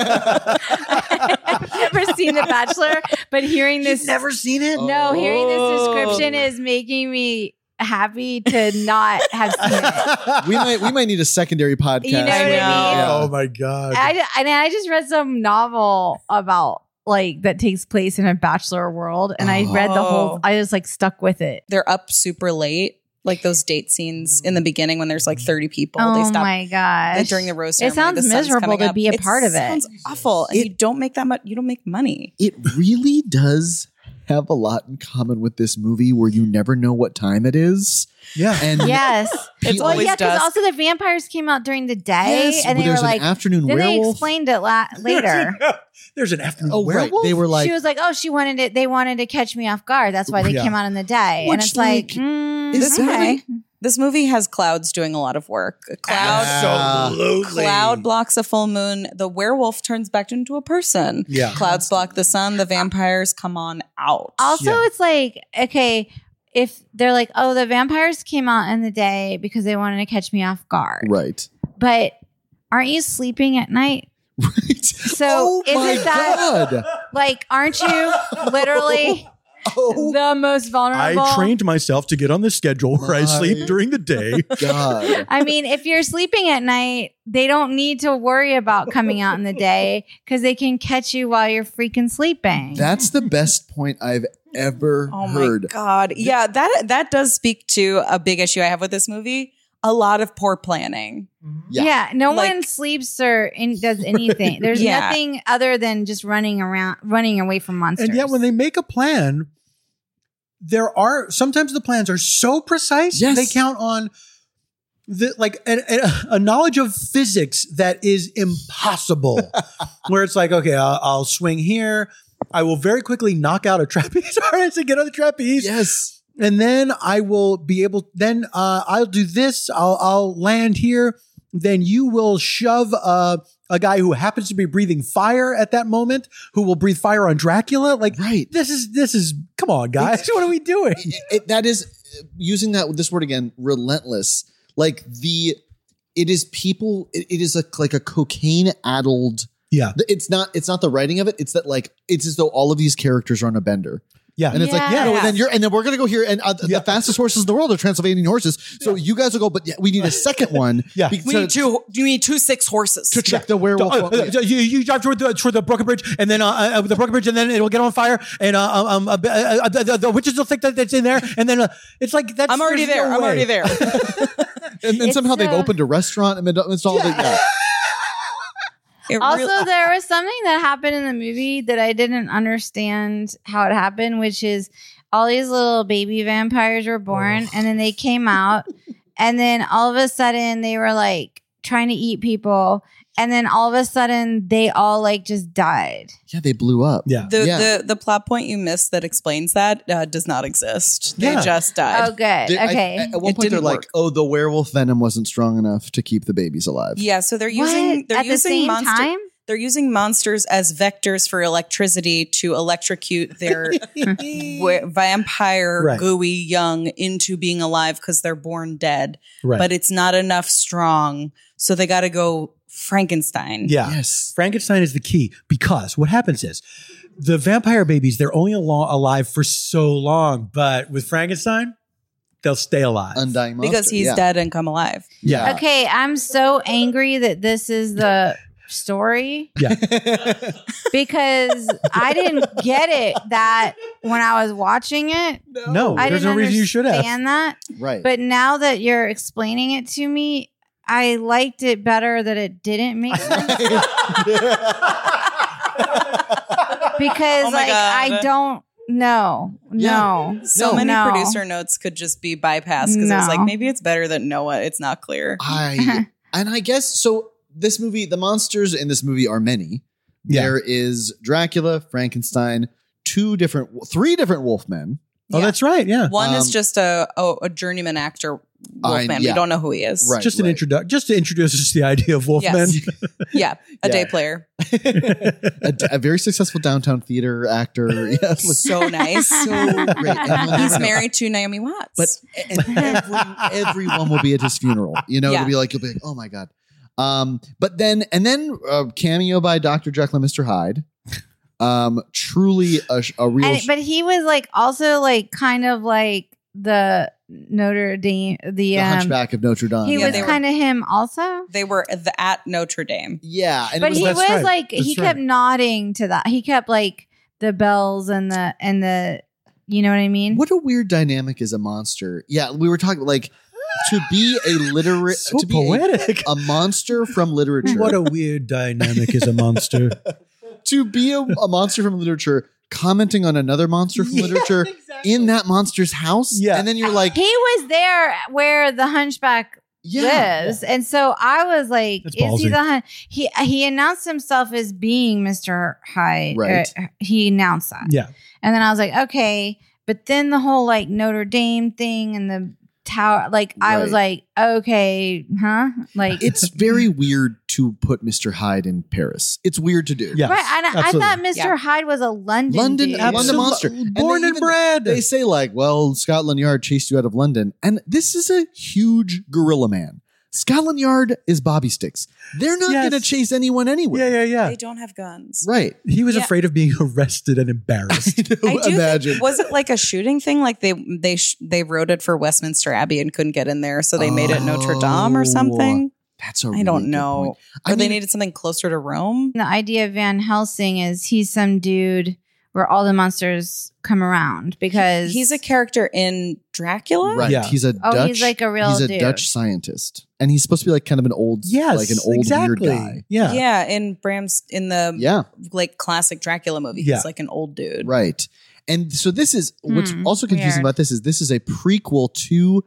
Speaker 4: I've never seen The Bachelor, but hearing this.
Speaker 5: Never seen it?
Speaker 4: No, hearing this
Speaker 3: Oh.
Speaker 4: description is making me happy to not have seen it.
Speaker 2: Oh. we might we might need a secondary podcast.
Speaker 4: You know what I mean?
Speaker 2: Yeah.
Speaker 5: Oh my god.
Speaker 4: I, and I just read some novel about like that takes place in a bachelor world, and I read the
Speaker 3: Oh.
Speaker 4: whole. I was like stuck with it.
Speaker 3: they're up super late. Like those date scenes in the beginning when there's like 30 people,
Speaker 4: oh
Speaker 3: they stop
Speaker 4: my gosh!
Speaker 3: and during the roast.
Speaker 4: It
Speaker 3: ceremony,
Speaker 4: sounds
Speaker 3: the sun's
Speaker 4: miserable
Speaker 3: coming
Speaker 4: to
Speaker 3: up.
Speaker 4: be a part of it.
Speaker 3: Sounds awful, and
Speaker 2: It-
Speaker 3: you don't make that much. You don't make money.
Speaker 2: It really does have a lot in common with this movie where you never know what time it is.
Speaker 5: yeah.
Speaker 2: And
Speaker 4: yes,
Speaker 2: It's
Speaker 4: well,
Speaker 3: always
Speaker 4: yeah, because
Speaker 3: dusk.
Speaker 4: also the vampires came out during the day,
Speaker 2: yes,
Speaker 4: and
Speaker 2: well,
Speaker 4: they were
Speaker 2: there's
Speaker 4: like.
Speaker 2: an afternoon
Speaker 4: Then they
Speaker 2: werewolf.
Speaker 4: explained it la- later.
Speaker 5: There's an afternoon
Speaker 2: oh, right.
Speaker 5: werewolf.
Speaker 2: They were like,
Speaker 4: she was like, "Oh, she wanted it. They wanted to catch me off guard. That's why they
Speaker 5: Yeah.
Speaker 4: came out in the day."
Speaker 2: Which,
Speaker 4: and it's like,
Speaker 2: like,
Speaker 4: mm,
Speaker 2: is that-
Speaker 4: okay.
Speaker 3: This movie has clouds doing a lot of work. A Cloud,
Speaker 5: Absolutely.
Speaker 3: cloud blocks a full moon. The werewolf turns back into a person.
Speaker 5: Yeah.
Speaker 3: Clouds block the sun. The vampires come on out.
Speaker 4: Also,
Speaker 5: Yeah.
Speaker 4: it's like, okay, if they're like, oh, the vampires came out in the day because they wanted to catch me off guard.
Speaker 2: right.
Speaker 4: But aren't you sleeping at night?
Speaker 2: Right.
Speaker 4: So
Speaker 2: oh my
Speaker 4: isn't that
Speaker 2: god.
Speaker 4: like, aren't you literally
Speaker 2: Oh
Speaker 4: the most vulnerable?
Speaker 5: I trained myself to get on the schedule where I
Speaker 2: My-
Speaker 5: sleep during the day.
Speaker 2: god.
Speaker 4: I mean, if you're sleeping at night, they don't need to worry about coming out in the day because they can catch you while you're freaking sleeping.
Speaker 2: That's the best point I've ever
Speaker 3: Oh my
Speaker 2: heard.
Speaker 3: god! Yeah, that that does speak to a big issue I have with this movie. A lot of poor planning.
Speaker 2: Yeah.
Speaker 4: Yeah. no
Speaker 3: Like-
Speaker 4: one sleeps or any, does anything. There's
Speaker 3: Yeah.
Speaker 4: nothing other than just running around, running away from monsters.
Speaker 5: and yet when they make a plan, there are sometimes the plans are so precise
Speaker 2: Yes.
Speaker 5: they count on the like a, a, a knowledge of physics that is impossible. where it's like, okay, I'll, I'll swing here. I will very quickly knock out a trapeze artist and get on the trapeze.
Speaker 2: Yes.
Speaker 5: and then I will be able. Then uh, I'll do this. I'll, I'll land here. Then you will shove uh, a guy who happens to be breathing fire at that moment, who will breathe fire on Dracula. Like
Speaker 2: Right.
Speaker 5: this is this is. Come on, guys, what are we doing?
Speaker 2: it, it- that is using that this word again relentless like the it is people it- it is a like a cocaine addled
Speaker 5: Yeah.
Speaker 2: Th- It's not it's not the writing of it. It's that like it's as though all of these characters are on a bender,
Speaker 5: Yeah.
Speaker 2: and it's like yeah,
Speaker 4: Yeah.
Speaker 2: no, and then you're and then we're gonna go here and uh, th-
Speaker 5: Yeah.
Speaker 2: the fastest horses in the world are Transylvanian horses. So you guys will go, but yeah, we need a second one.
Speaker 5: Yeah.
Speaker 2: because-
Speaker 3: We need two. You need two six horses.
Speaker 2: to check the werewolf.
Speaker 5: Oh, uh, you, you drive toward the, toward the Brooklyn Bridge, and then uh, uh, the Brooklyn Bridge, and then it'll get on fire, and uh, um, uh, uh, the, the, the witches will think that it's in there, and then uh, it's like that's.
Speaker 3: I'm already
Speaker 5: there's
Speaker 3: there.
Speaker 5: no
Speaker 3: I'm
Speaker 5: way.
Speaker 3: already there.
Speaker 2: and then
Speaker 4: It's,
Speaker 2: somehow they've
Speaker 4: uh,
Speaker 2: opened a restaurant and amidst all the yeah.
Speaker 3: It
Speaker 4: Also,
Speaker 3: really-
Speaker 4: there was something that happened in the movie that I didn't understand how it happened, which is all these little baby vampires were born and then they came out, and then all of a sudden they were like trying to eat people, and then all of a sudden they all like just died.
Speaker 2: yeah, they blew up.
Speaker 5: Yeah.
Speaker 3: the,
Speaker 2: Yeah.
Speaker 3: the the plot point you missed that explains that uh, does not exist. They
Speaker 5: Yeah.
Speaker 3: just died.
Speaker 4: Oh, good.
Speaker 2: They- I-
Speaker 4: okay.
Speaker 2: at one
Speaker 3: It
Speaker 2: point, they're
Speaker 3: didn't
Speaker 2: like,
Speaker 3: work.
Speaker 2: "Oh, the werewolf venom wasn't strong enough to keep the babies alive."
Speaker 3: Yeah, so they're
Speaker 4: What?
Speaker 3: using they're
Speaker 4: at the
Speaker 3: using
Speaker 4: same
Speaker 3: monster
Speaker 4: time.
Speaker 3: they're using monsters as vectors for electricity to electrocute their wa- vampire
Speaker 5: Right.
Speaker 3: gooey young into being alive because they're born dead,
Speaker 5: Right.
Speaker 3: but it's not enough strong, so they got to go Frankenstein.
Speaker 5: yeah.
Speaker 2: Yes.
Speaker 5: Frankenstein is the key because what happens is the vampire babies, they're only alo- alive for so long, but with Frankenstein, they'll stay alive.
Speaker 2: Undying monster.
Speaker 3: because he's
Speaker 2: yeah.
Speaker 3: dead and come alive.
Speaker 5: yeah.
Speaker 4: Okay, I'm so angry that this is the story because I didn't get it that when I was watching it.
Speaker 5: No,
Speaker 4: I
Speaker 5: there's
Speaker 4: didn't
Speaker 5: no reason you should have.
Speaker 4: understand that.
Speaker 2: right.
Speaker 4: But now that you're explaining it to me, I liked it better that it didn't make sense because
Speaker 3: Oh my
Speaker 4: like
Speaker 3: God.
Speaker 4: I don't know. No.
Speaker 3: So
Speaker 2: No.
Speaker 3: many
Speaker 4: No.
Speaker 3: producer notes could just be bypassed because it was
Speaker 4: No.
Speaker 3: like maybe it's better that no one. It's not clear.
Speaker 2: Oh, I and I guess so. This movie, the monsters in this movie are many.
Speaker 5: Yeah.
Speaker 2: There is Dracula, Frankenstein, two different, three different wolfmen.
Speaker 5: Oh,
Speaker 3: Yeah.
Speaker 5: that's right. Yeah.
Speaker 3: One is
Speaker 2: Um,
Speaker 3: just a a, a journeyman actor
Speaker 2: I-
Speaker 3: Wolfman.
Speaker 2: yeah.
Speaker 3: We don't know who he is.
Speaker 2: Right.
Speaker 5: just an introduction, just to introduce us to the idea of Wolfman.
Speaker 3: Yes. Yeah, a
Speaker 2: Yeah.
Speaker 3: day player.
Speaker 2: a, a very successful downtown theater actor. Yes.
Speaker 3: So nice.
Speaker 2: so great. And
Speaker 3: He's married to Naomi Watts.
Speaker 2: But and every, everyone will be at his funeral. You know,
Speaker 3: Yeah.
Speaker 2: it'll be like you'll be like, oh my god. Um, but then and then uh, cameo by Doctor Jekyll and Mister Hyde. Um, truly a, sh- a real.
Speaker 4: And,
Speaker 2: sh-
Speaker 4: but he was like also like kind of like the Notre Dame the,
Speaker 2: the
Speaker 4: um
Speaker 2: Hunchback of Notre Dame.
Speaker 4: he
Speaker 3: Uh, Yeah,
Speaker 4: was
Speaker 3: they were-
Speaker 4: kind of him also.
Speaker 3: they were at, the, at Notre Dame.
Speaker 2: yeah, and it
Speaker 4: but
Speaker 2: was
Speaker 4: he
Speaker 2: that-
Speaker 4: was
Speaker 5: that's right.
Speaker 4: like he
Speaker 5: That's right.
Speaker 4: kept nodding to that. He kept like the bells and the and the you know what I mean?
Speaker 2: what a weird dynamic is a monster. Yeah, we were talking like to be a literate
Speaker 5: so
Speaker 2: to be a-
Speaker 5: poetic.
Speaker 2: A, monster from literature.
Speaker 5: what a weird dynamic is a monster.
Speaker 2: to be a, a monster from literature commenting on another monster from
Speaker 5: Yeah,
Speaker 2: literature in that monster's house.
Speaker 5: Yeah.
Speaker 2: And then you're like,
Speaker 4: he was there where the hunchback
Speaker 2: yeah.
Speaker 4: lives. And so I was like,
Speaker 5: That's
Speaker 4: is he
Speaker 5: ballsy.
Speaker 4: the hun- he he announced himself as being Mr. Hyde. or,
Speaker 2: Right.
Speaker 4: uh, he announced that.
Speaker 5: Yeah.
Speaker 4: And then I was like, okay. But then the whole like Notre Dame thing and the tower, like I was like, okay, huh? Like
Speaker 2: It's very weird to put Mr. Hyde in Paris. It's weird to do.
Speaker 5: Yeah.
Speaker 4: Right. And I, I thought Mr.
Speaker 3: absolutely.
Speaker 4: Hyde was a London.
Speaker 2: London-
Speaker 4: dude.
Speaker 2: London
Speaker 5: Absolute-
Speaker 2: monster. And they
Speaker 5: born and,
Speaker 2: even-
Speaker 5: bred.
Speaker 2: They say like, well, Scotland Yard chased you out of London, and this is a huge gorilla man. Scotland Yard is Bobby Sticks. They're not
Speaker 5: Yes.
Speaker 2: going to chase anyone anywhere.
Speaker 5: yeah, yeah, yeah.
Speaker 3: They don't have guns.
Speaker 2: Right.
Speaker 5: He was
Speaker 3: Yeah.
Speaker 5: afraid of being arrested and embarrassed.
Speaker 3: I do
Speaker 2: Imagine.
Speaker 3: Think, was it like a shooting thing? Like they they sh- they wrote it for Westminster Abbey and couldn't get in there, so they made it Notre Dame or something.
Speaker 2: Oh, That's a
Speaker 3: I
Speaker 2: really
Speaker 3: don't
Speaker 2: good
Speaker 3: know.
Speaker 2: point.
Speaker 3: Or
Speaker 2: I
Speaker 3: they
Speaker 2: mean-
Speaker 3: needed something closer to Rome.
Speaker 4: the idea of Van Helsing is he's some dude where all the monsters come around because
Speaker 3: He's a character in Dracula.
Speaker 2: Right.
Speaker 5: Yeah.
Speaker 2: He's a
Speaker 4: oh
Speaker 2: Dutch.
Speaker 4: he's like a real
Speaker 2: he's a
Speaker 4: dude.
Speaker 2: Dutch scientist, and he's supposed to be like kind of an old,
Speaker 5: yes,
Speaker 2: like an old
Speaker 5: exactly.
Speaker 2: weird guy.
Speaker 5: Yeah.
Speaker 3: Yeah, in Bram's in the
Speaker 2: Yeah,
Speaker 3: like classic Dracula movie,
Speaker 5: Yeah.
Speaker 3: he's like an old dude.
Speaker 2: right. And so this is what's
Speaker 4: Hmm,
Speaker 2: also confusing
Speaker 4: weird.
Speaker 2: about this is this is a prequel to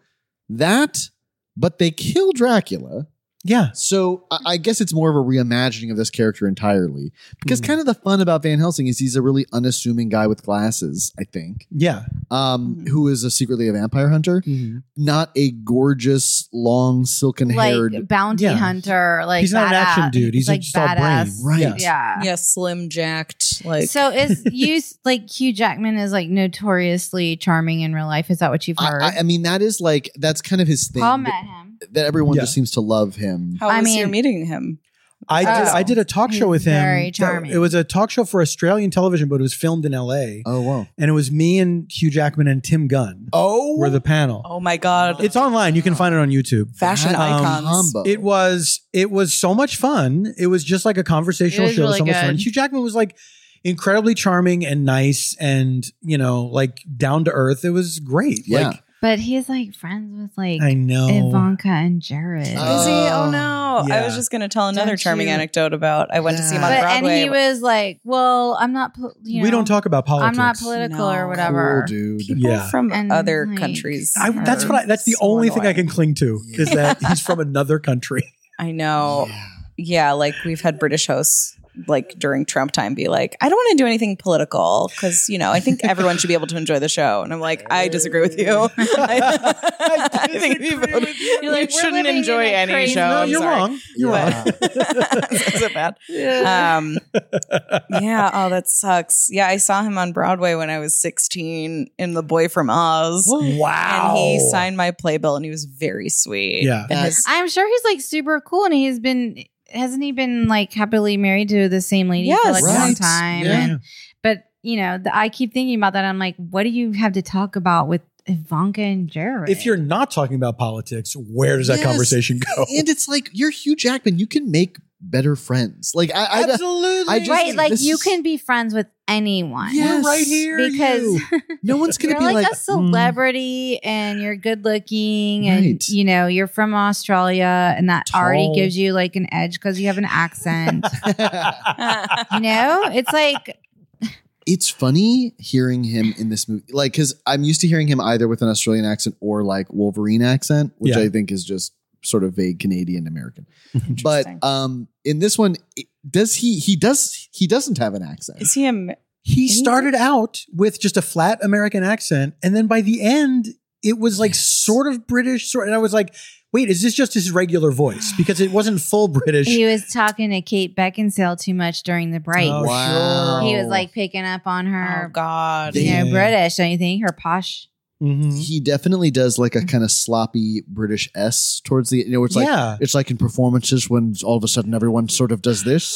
Speaker 2: that, but they kill Dracula.
Speaker 5: Yeah.
Speaker 2: So I, I guess it's more of a reimagining of this character entirely. Because
Speaker 4: Mm.
Speaker 5: Hmm.
Speaker 2: kind of the fun about Van Helsing is he's a really unassuming guy with glasses. I think,
Speaker 5: Yeah.
Speaker 2: um,
Speaker 4: Mm-hmm.
Speaker 3: Mhm.
Speaker 2: who is a secretly a vampire hunter, not a gorgeous, long, silken haired.
Speaker 4: like bounty
Speaker 5: Yeah.
Speaker 4: hunter. Like
Speaker 5: He's not an
Speaker 4: badass.
Speaker 5: action dude. He's
Speaker 4: like
Speaker 5: just all brain.
Speaker 4: badass.
Speaker 2: Right.
Speaker 5: Yeah.
Speaker 4: Yeah.
Speaker 3: Yeah, slim jacked. Like
Speaker 4: So is you like Hugh Jackman is like notoriously charming in real life? Is that what you've
Speaker 2: I,
Speaker 4: heard?
Speaker 2: I- I mean, that is like that's kind of his thing.
Speaker 4: Paul
Speaker 2: that-
Speaker 4: met him.
Speaker 2: that everyone
Speaker 5: Yeah.
Speaker 2: just seems to love him.
Speaker 3: how
Speaker 4: I
Speaker 3: was
Speaker 4: mean-
Speaker 3: your meeting him?
Speaker 5: I did,
Speaker 3: Oh.
Speaker 5: I did a talk show with him.
Speaker 4: Very
Speaker 5: that-
Speaker 4: charming.
Speaker 5: It was a talk show for Australian television, but it was filmed in L.A.
Speaker 2: Oh wow.
Speaker 5: And it was me and Hugh Jackman and Tim Gunn
Speaker 2: Oh,
Speaker 5: were the panel.
Speaker 3: Oh my god.
Speaker 5: It's online. You can find it on YouTube.
Speaker 3: fashion
Speaker 5: Um,
Speaker 3: icons.
Speaker 5: It was it was so much fun. It was just like a conversational
Speaker 4: It was
Speaker 5: show.
Speaker 4: really
Speaker 5: so much fun.
Speaker 4: good.
Speaker 5: Hugh Jackman was like incredibly charming and nice, and you know, like down to earth. It was great.
Speaker 2: Yeah.
Speaker 5: Like
Speaker 4: But he's like friends with like
Speaker 5: I know.
Speaker 4: Ivanka and Jared.
Speaker 2: Uh,
Speaker 3: Is he?
Speaker 2: Oh,
Speaker 3: Oh no! I
Speaker 5: yeah.
Speaker 3: was just going to tell another
Speaker 4: Don't
Speaker 3: charming
Speaker 4: you-
Speaker 3: anecdote about I went to see him on
Speaker 4: but and
Speaker 3: Broadway.
Speaker 4: he was like, "Well, I'm not. pol- You know,
Speaker 5: we don't talk about politics.
Speaker 4: I'm not political
Speaker 3: No.
Speaker 4: or whatever."
Speaker 2: dude.
Speaker 3: People
Speaker 5: Yeah.
Speaker 3: from
Speaker 4: And,
Speaker 3: other
Speaker 4: like,
Speaker 3: countries.
Speaker 5: I, that's
Speaker 3: are
Speaker 5: what I, that's the
Speaker 3: so
Speaker 5: only thing I
Speaker 3: annoying.
Speaker 5: can cling to is that he's from another country.
Speaker 3: I know. Yeah, like we've had British hosts like during Trump time be like, I don't want to do anything political because you know I think everyone should be able to enjoy the show, and I'm like, I disagree with you. I, I think we
Speaker 5: disagree
Speaker 3: vote-
Speaker 5: with you.
Speaker 3: you
Speaker 4: Like, we're
Speaker 3: shouldn't
Speaker 4: living in
Speaker 3: enjoy
Speaker 4: a
Speaker 3: any
Speaker 4: crazy-
Speaker 3: show.
Speaker 5: no,
Speaker 3: I'm
Speaker 5: you're
Speaker 3: sorry.
Speaker 5: wrong. You're
Speaker 3: But-
Speaker 5: wrong.
Speaker 3: so bad. Um, yeah. Oh, that sucks. Yeah, I saw him on Broadway when I was 16 in The Boy from Oz.
Speaker 5: wow.
Speaker 3: Um, And he signed my playbill and he was very sweet.
Speaker 5: Yeah.
Speaker 3: And his-
Speaker 4: I'm sure he's like super cool, and he's been hasn't he been like happily married to the same lady for
Speaker 3: Yes.
Speaker 4: like
Speaker 2: Right.
Speaker 4: a long time?
Speaker 5: Yeah.
Speaker 4: And but you know, the, I keep thinking about that. I'm like, what do you have to talk about with Ivanka and Jared?
Speaker 5: If you're not talking about politics, where does that
Speaker 2: Yes.
Speaker 5: conversation go?
Speaker 2: And it's like you're Hugh Jackman. You can make better friends. Like I, I
Speaker 5: Absolutely.
Speaker 2: I just-
Speaker 4: right, like
Speaker 2: this
Speaker 4: you
Speaker 2: is-
Speaker 4: can be friends with anyone.
Speaker 5: We're
Speaker 2: Yes.
Speaker 5: right here.
Speaker 4: Because
Speaker 5: you.
Speaker 2: no one's gonna
Speaker 4: you're
Speaker 2: be
Speaker 4: like,
Speaker 2: like, mm.
Speaker 4: a celebrity and you're good looking
Speaker 2: Right.
Speaker 4: and you know you're from Australia and that
Speaker 5: Tall.
Speaker 4: already gives you like an edge because you have an accent.
Speaker 2: Uh,
Speaker 4: you know, it's like
Speaker 2: "Hmm, it's funny hearing him in this movie. Like, because I'm used to hearing him either with an Australian accent or like Wolverine accent, which
Speaker 5: Yeah.
Speaker 2: I think is just sort of vague Canadian American. But
Speaker 3: Interesting.
Speaker 2: um, in this one, it- does he? He does. He doesn't have an accent.
Speaker 3: is he a
Speaker 5: he started out with just a flat American accent, and then by the end, it was like sort of British. Sort, and I was like, "Wait, is this just his regular voice?" Because it wasn't full British.
Speaker 4: he was talking to Kate Beckinsale too much during the break.
Speaker 5: Oh,
Speaker 2: Wow.
Speaker 5: sure.
Speaker 4: He was like picking up on
Speaker 3: Oh
Speaker 4: her,
Speaker 3: God.
Speaker 4: you know,
Speaker 5: Yeah.
Speaker 4: British. Don't you think her posh?
Speaker 5: Mhm.
Speaker 2: he definitely does like
Speaker 4: Mm-hmm.
Speaker 2: a kind of sloppy British S towards the you know it's like
Speaker 5: yeah,
Speaker 2: it's like in performances when all of a sudden everyone sort of does this.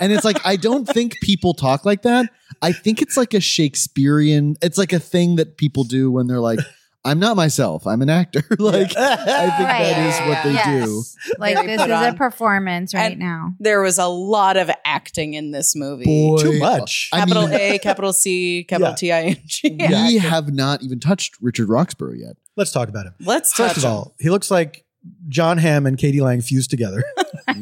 Speaker 2: and it's like I don't think people talk like that. I think it's like a Shakespearean it's like a thing that people do when they're like I'm not myself. I'm an actor. like I think that is what they
Speaker 4: Yes.
Speaker 2: do.
Speaker 4: Like
Speaker 3: Very
Speaker 4: this
Speaker 3: put
Speaker 4: is a
Speaker 3: on.
Speaker 4: performance right
Speaker 3: And-
Speaker 4: now.
Speaker 3: There was a lot of acting in this movie.
Speaker 2: Boy,
Speaker 5: too much.
Speaker 2: I
Speaker 3: capital
Speaker 2: mean-
Speaker 3: A, capital C, capital
Speaker 5: Yeah.
Speaker 3: T I N G.
Speaker 5: Yeah.
Speaker 2: we have not even touched Richard Roxburgh yet.
Speaker 5: Let's talk about him.
Speaker 3: Let's touch
Speaker 5: First of all, he looks like John Hamm and Katie Lang fused together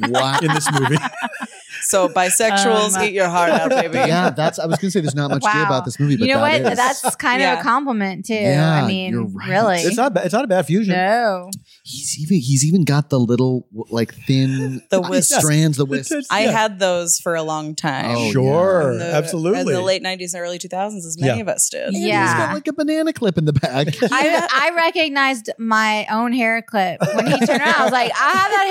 Speaker 2: Wow.
Speaker 5: in this movie.
Speaker 3: So bisexuals,
Speaker 4: Um,
Speaker 3: eat your heart out, baby.
Speaker 2: yeah, that's I was going to say there's not much gay
Speaker 4: Wow.
Speaker 2: about this movie, but
Speaker 4: You know
Speaker 2: that
Speaker 4: what?
Speaker 2: is.
Speaker 4: That's kind of
Speaker 3: Yeah.
Speaker 4: a compliment too.
Speaker 2: Yeah,
Speaker 4: I mean,
Speaker 2: you're right.
Speaker 4: really.
Speaker 5: it's not. Ba- it's not a bad fusion.
Speaker 4: no.
Speaker 2: He's even he's even got the little like thin
Speaker 3: The wisp.
Speaker 2: strands, the
Speaker 5: It's-
Speaker 2: wisp.
Speaker 5: it's-
Speaker 3: I
Speaker 5: yeah.
Speaker 3: had those for a long time.
Speaker 2: Oh,
Speaker 5: sure,
Speaker 3: In the-
Speaker 5: absolutely.
Speaker 3: In the late 90s and early 2000s, as many
Speaker 5: Yeah.
Speaker 3: of us did.
Speaker 2: And he's
Speaker 4: Yeah.
Speaker 2: got like a banana clip in the back.
Speaker 4: I, I recognized my own hair clip when he turned around. I was like, I have that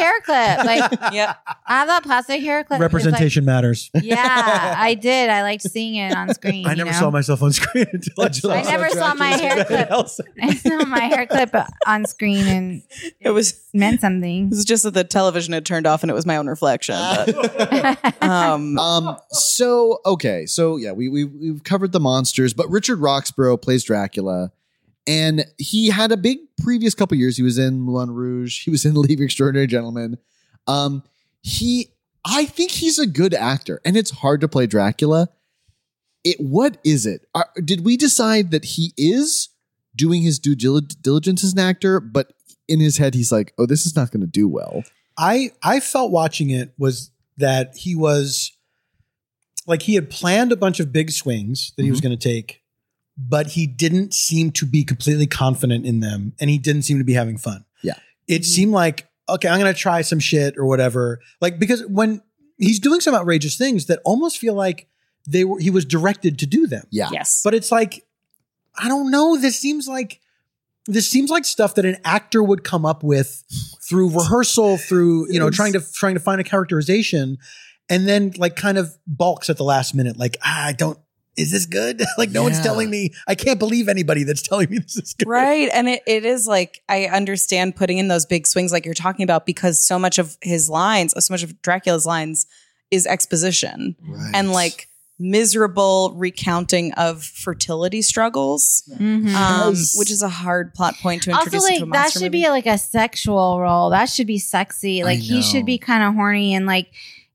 Speaker 4: hair clip. Like,
Speaker 3: Yeah.
Speaker 4: I have that plastic hair clip. It's like-
Speaker 5: Representation matters.
Speaker 4: yeah, I did. I liked seeing it on screen.
Speaker 5: I
Speaker 4: you
Speaker 5: never
Speaker 4: know?
Speaker 5: saw myself on screen until I
Speaker 4: I
Speaker 5: just
Speaker 4: never saw my hair clip. I saw my hair clip on screen and
Speaker 3: It was it
Speaker 4: meant something.
Speaker 3: was just that the television had turned off and it was my own reflection. But,
Speaker 5: Uh,
Speaker 3: um,
Speaker 2: um so okay, so yeah, we we we've covered the monsters, but Richard Roxborough plays Dracula. And he had a big previous couple years. He was in Moulin Rouge. He was in League of Extraordinary Gentlemen. Um, he, I think he's a good actor, and it's hard to play Dracula. It what is it? Are, did we decide that he is doing his due dil- diligence as an actor, but in his head he's like, "Oh, this is not going to do well."
Speaker 5: I I felt watching it was that he was like he had planned a bunch of big swings that he was going to take, but he didn't seem to be completely confident in them, and he didn't seem to be having fun.
Speaker 2: Yeah.
Speaker 5: it
Speaker 3: Mhm.
Speaker 5: seemed like okay, I'm going to try some shit or whatever. Like because when he's doing some outrageous things that almost feel like they were he was directed to do them.
Speaker 2: Yeah,
Speaker 3: yes.
Speaker 5: But it's like, I don't know. This seems like this seems like stuff that an actor would come up with through rehearsal, through you know,
Speaker 2: It's-
Speaker 5: trying to trying to find a characterization, and then like kind of balks at the last minute. Like ah, I don't. is this good? like no one's
Speaker 2: Yeah.
Speaker 5: telling me. I can't believe anybody that's telling me this is good.
Speaker 3: Right. And it, it is like, I understand putting in those big swings like you're talking about because so much of his lines, so much of Dracula's lines is exposition
Speaker 2: Right.
Speaker 3: and like miserable recounting of fertility struggles,
Speaker 4: Mm-hmm.
Speaker 3: um,
Speaker 2: Yes.
Speaker 3: which is a hard plot point to introduce
Speaker 4: also,
Speaker 3: into a
Speaker 4: like that
Speaker 3: monster
Speaker 4: should
Speaker 3: movie.
Speaker 4: be like a sexual role. That should be sexy.
Speaker 2: I
Speaker 4: Like he
Speaker 2: know.
Speaker 4: should be kind of horny and like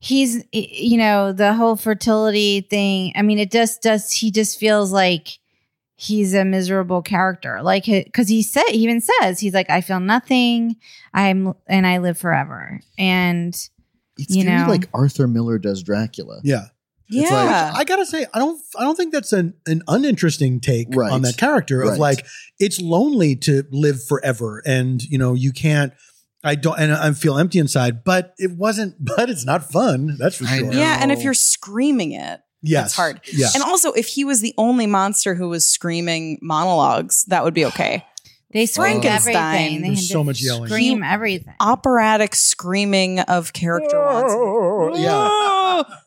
Speaker 4: he's y- you know the whole fertility thing. I mean, it just does. He just feels like he's a miserable character. Like because he said he even says he's like I feel nothing. I'm and I live forever. And
Speaker 2: it's
Speaker 4: you
Speaker 2: very
Speaker 4: know.
Speaker 2: like Arthur Miller does Dracula.
Speaker 5: Yeah.
Speaker 3: yeah.
Speaker 2: it's like-
Speaker 5: I gotta say, I don't I don't think that's an, an uninteresting take
Speaker 2: Right.
Speaker 5: on that character
Speaker 2: Right.
Speaker 5: of like it's lonely to live forever and you know you can't I don't and I feel empty inside, but it wasn't but it's not fun, that's for
Speaker 2: I
Speaker 5: sure.
Speaker 2: know.
Speaker 3: yeah. And if
Speaker 2: No.
Speaker 3: you're screaming it,
Speaker 5: Yes.
Speaker 3: it's hard.
Speaker 5: Yeah.
Speaker 3: And also, if he was the only monster who was screaming monologues, that would be okay.
Speaker 4: they scream
Speaker 3: Frankenstein.
Speaker 4: everything. They
Speaker 5: There's
Speaker 4: had to
Speaker 5: so much yelling.
Speaker 4: Scream everything.
Speaker 3: Operatic screaming of character
Speaker 2: Oh.
Speaker 3: wants.
Speaker 5: yeah.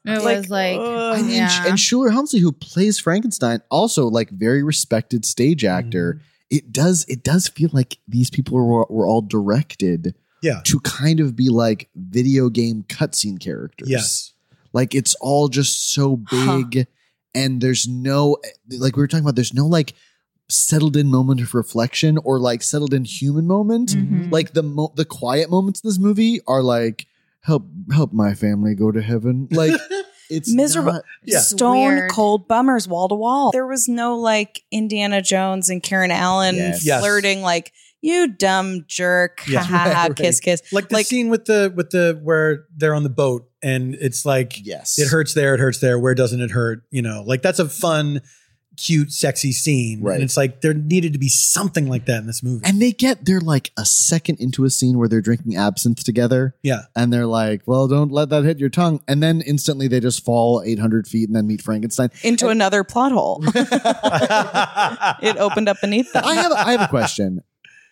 Speaker 4: It was like
Speaker 2: I mean,
Speaker 4: Yeah.
Speaker 2: and Schuler Helmsley, who plays Frankenstein, also like very respected stage actor.
Speaker 5: Mm-hmm.
Speaker 2: It does it does feel like these people were, were all directed
Speaker 5: Yeah.
Speaker 2: to kind of be like video game cutscene characters.
Speaker 5: Yes.
Speaker 2: Like it's all just so
Speaker 3: Huh.
Speaker 2: big and there's no like we were talking about there's no like settled in moment of reflection or like settled in human moment.
Speaker 3: Mm-hmm.
Speaker 4: Mhm.
Speaker 2: Like the mo- the quiet moments in this movie are like help help my family go to heaven. Like it's
Speaker 3: Miserable.
Speaker 2: not-
Speaker 5: Yeah.
Speaker 3: Stone
Speaker 4: Weird.
Speaker 3: cold bummers wall to wall. There was no like Indiana Jones and Karen Allen
Speaker 2: Yes.
Speaker 5: Yes.
Speaker 3: flirting like you dumb jerk, ha
Speaker 5: Yes.
Speaker 3: ha ha,
Speaker 5: Right.
Speaker 3: kiss kiss.
Speaker 5: Like the
Speaker 3: Like-
Speaker 5: scene with the with the where they're on the boat and it's like
Speaker 2: Yes.
Speaker 5: it hurts there, it hurts there. Where doesn't it hurt? You know, like that's a fun, cute, sexy scene.
Speaker 2: Right.
Speaker 5: And it's like there needed to be something like that in this movie.
Speaker 2: And they get they're like a second into a scene where they're drinking absinthe together.
Speaker 5: Yeah.
Speaker 2: And they're like, well, don't let that hit your tongue. And then instantly they just fall 800 feet and then meet Frankenstein.
Speaker 3: Into another plot hole. it
Speaker 5: it
Speaker 3: opened up beneath them.
Speaker 2: I have I have a question.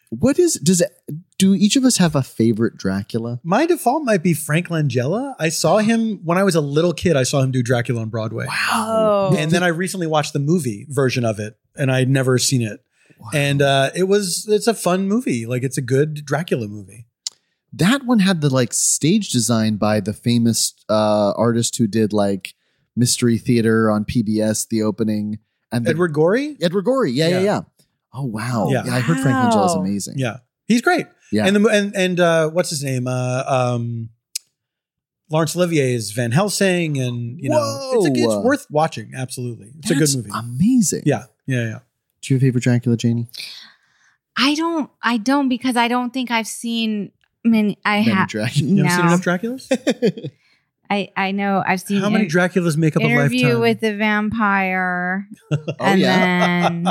Speaker 2: What is does it, do each of us have a favorite Dracula?
Speaker 5: My default might be Frank Langella. I saw him when I was a little kid. I saw him do Dracula on Broadway.
Speaker 3: Oh.
Speaker 5: And then I recently watched the movie version of it and I'd never seen it.
Speaker 2: Wow.
Speaker 5: And uh, it was it's a fun movie. Like it's a good Dracula movie.
Speaker 2: that one had the like stage design by the famous uh, artist who did like mystery theater on PBS, the opening and the-
Speaker 5: Edward Gorey?
Speaker 2: Edward Gorey. Yeah, yeah, yeah.
Speaker 5: Yeah.
Speaker 2: Oh wow.
Speaker 5: Yeah.
Speaker 2: I heard Frank Langella's
Speaker 3: Wow.
Speaker 2: amazing.
Speaker 5: Yeah. He's great.
Speaker 2: Yeah.
Speaker 5: And the and and uh, what's his name? Uh, um, Lawrence Olivier is Van Helsing, and you know it's, a,
Speaker 2: Whoa.
Speaker 5: it's worth watching. Absolutely, it's a
Speaker 2: That's
Speaker 5: good movie.
Speaker 2: Amazing.
Speaker 5: yeah, yeah, yeah.
Speaker 2: Do you have a favorite Dracula, Janie?
Speaker 4: I don't. I don't because I don't think I've seen. Many, I
Speaker 2: Many
Speaker 4: have.
Speaker 2: Dracula.
Speaker 5: You ever seen
Speaker 4: No.
Speaker 5: enough Draculas?
Speaker 4: I I know. I've seen
Speaker 5: How many
Speaker 4: an
Speaker 5: Draculas make up a
Speaker 4: interview
Speaker 5: lifetime?
Speaker 4: with the vampire,
Speaker 2: Oh
Speaker 4: and
Speaker 2: yeah.
Speaker 4: then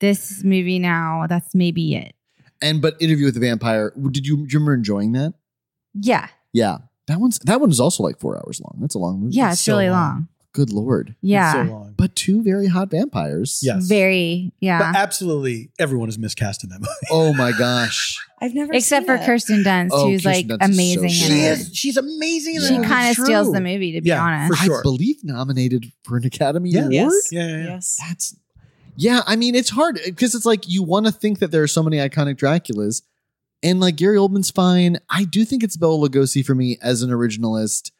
Speaker 4: this movie. Now that's maybe it.
Speaker 2: and but Interview with the Vampire. Did you, do you remember enjoying that?
Speaker 4: Yeah,
Speaker 2: Yeah. That one's that one is also like four hours long. That's a long movie.
Speaker 4: yeah. It's,
Speaker 5: It's so
Speaker 4: really long.
Speaker 5: long.
Speaker 2: Good lord.
Speaker 5: It's
Speaker 4: Yeah,
Speaker 5: so long.
Speaker 2: But two very hot vampires.
Speaker 5: yes,
Speaker 4: very. Yeah,
Speaker 5: But absolutely, everyone is miscast in that movie.
Speaker 2: Oh my gosh.
Speaker 3: I've never
Speaker 4: except
Speaker 3: seen
Speaker 4: for
Speaker 3: it.
Speaker 4: Kirsten Dunst,
Speaker 2: Oh,
Speaker 4: who's
Speaker 2: Kirsten
Speaker 4: like
Speaker 2: Dunst is so
Speaker 4: amazing.
Speaker 2: good.
Speaker 4: in
Speaker 2: She
Speaker 4: it.
Speaker 2: is-
Speaker 5: She's amazing.
Speaker 2: in
Speaker 4: She
Speaker 2: that movie.
Speaker 4: kind of
Speaker 2: True.
Speaker 4: steals the movie, to be
Speaker 5: Yeah,
Speaker 4: honest.
Speaker 5: for sure.
Speaker 2: I believe nominated for an Academy
Speaker 5: Yeah.
Speaker 2: Award.
Speaker 3: Yes.
Speaker 5: Yeah, yeah, yeah.
Speaker 3: Yes.
Speaker 2: That's yeah. I mean, it's hard because it's like you want to think that there are so many iconic Draculas, and like Gary Oldman's fine. I do think it's Bela Lugosi for me as an originalist,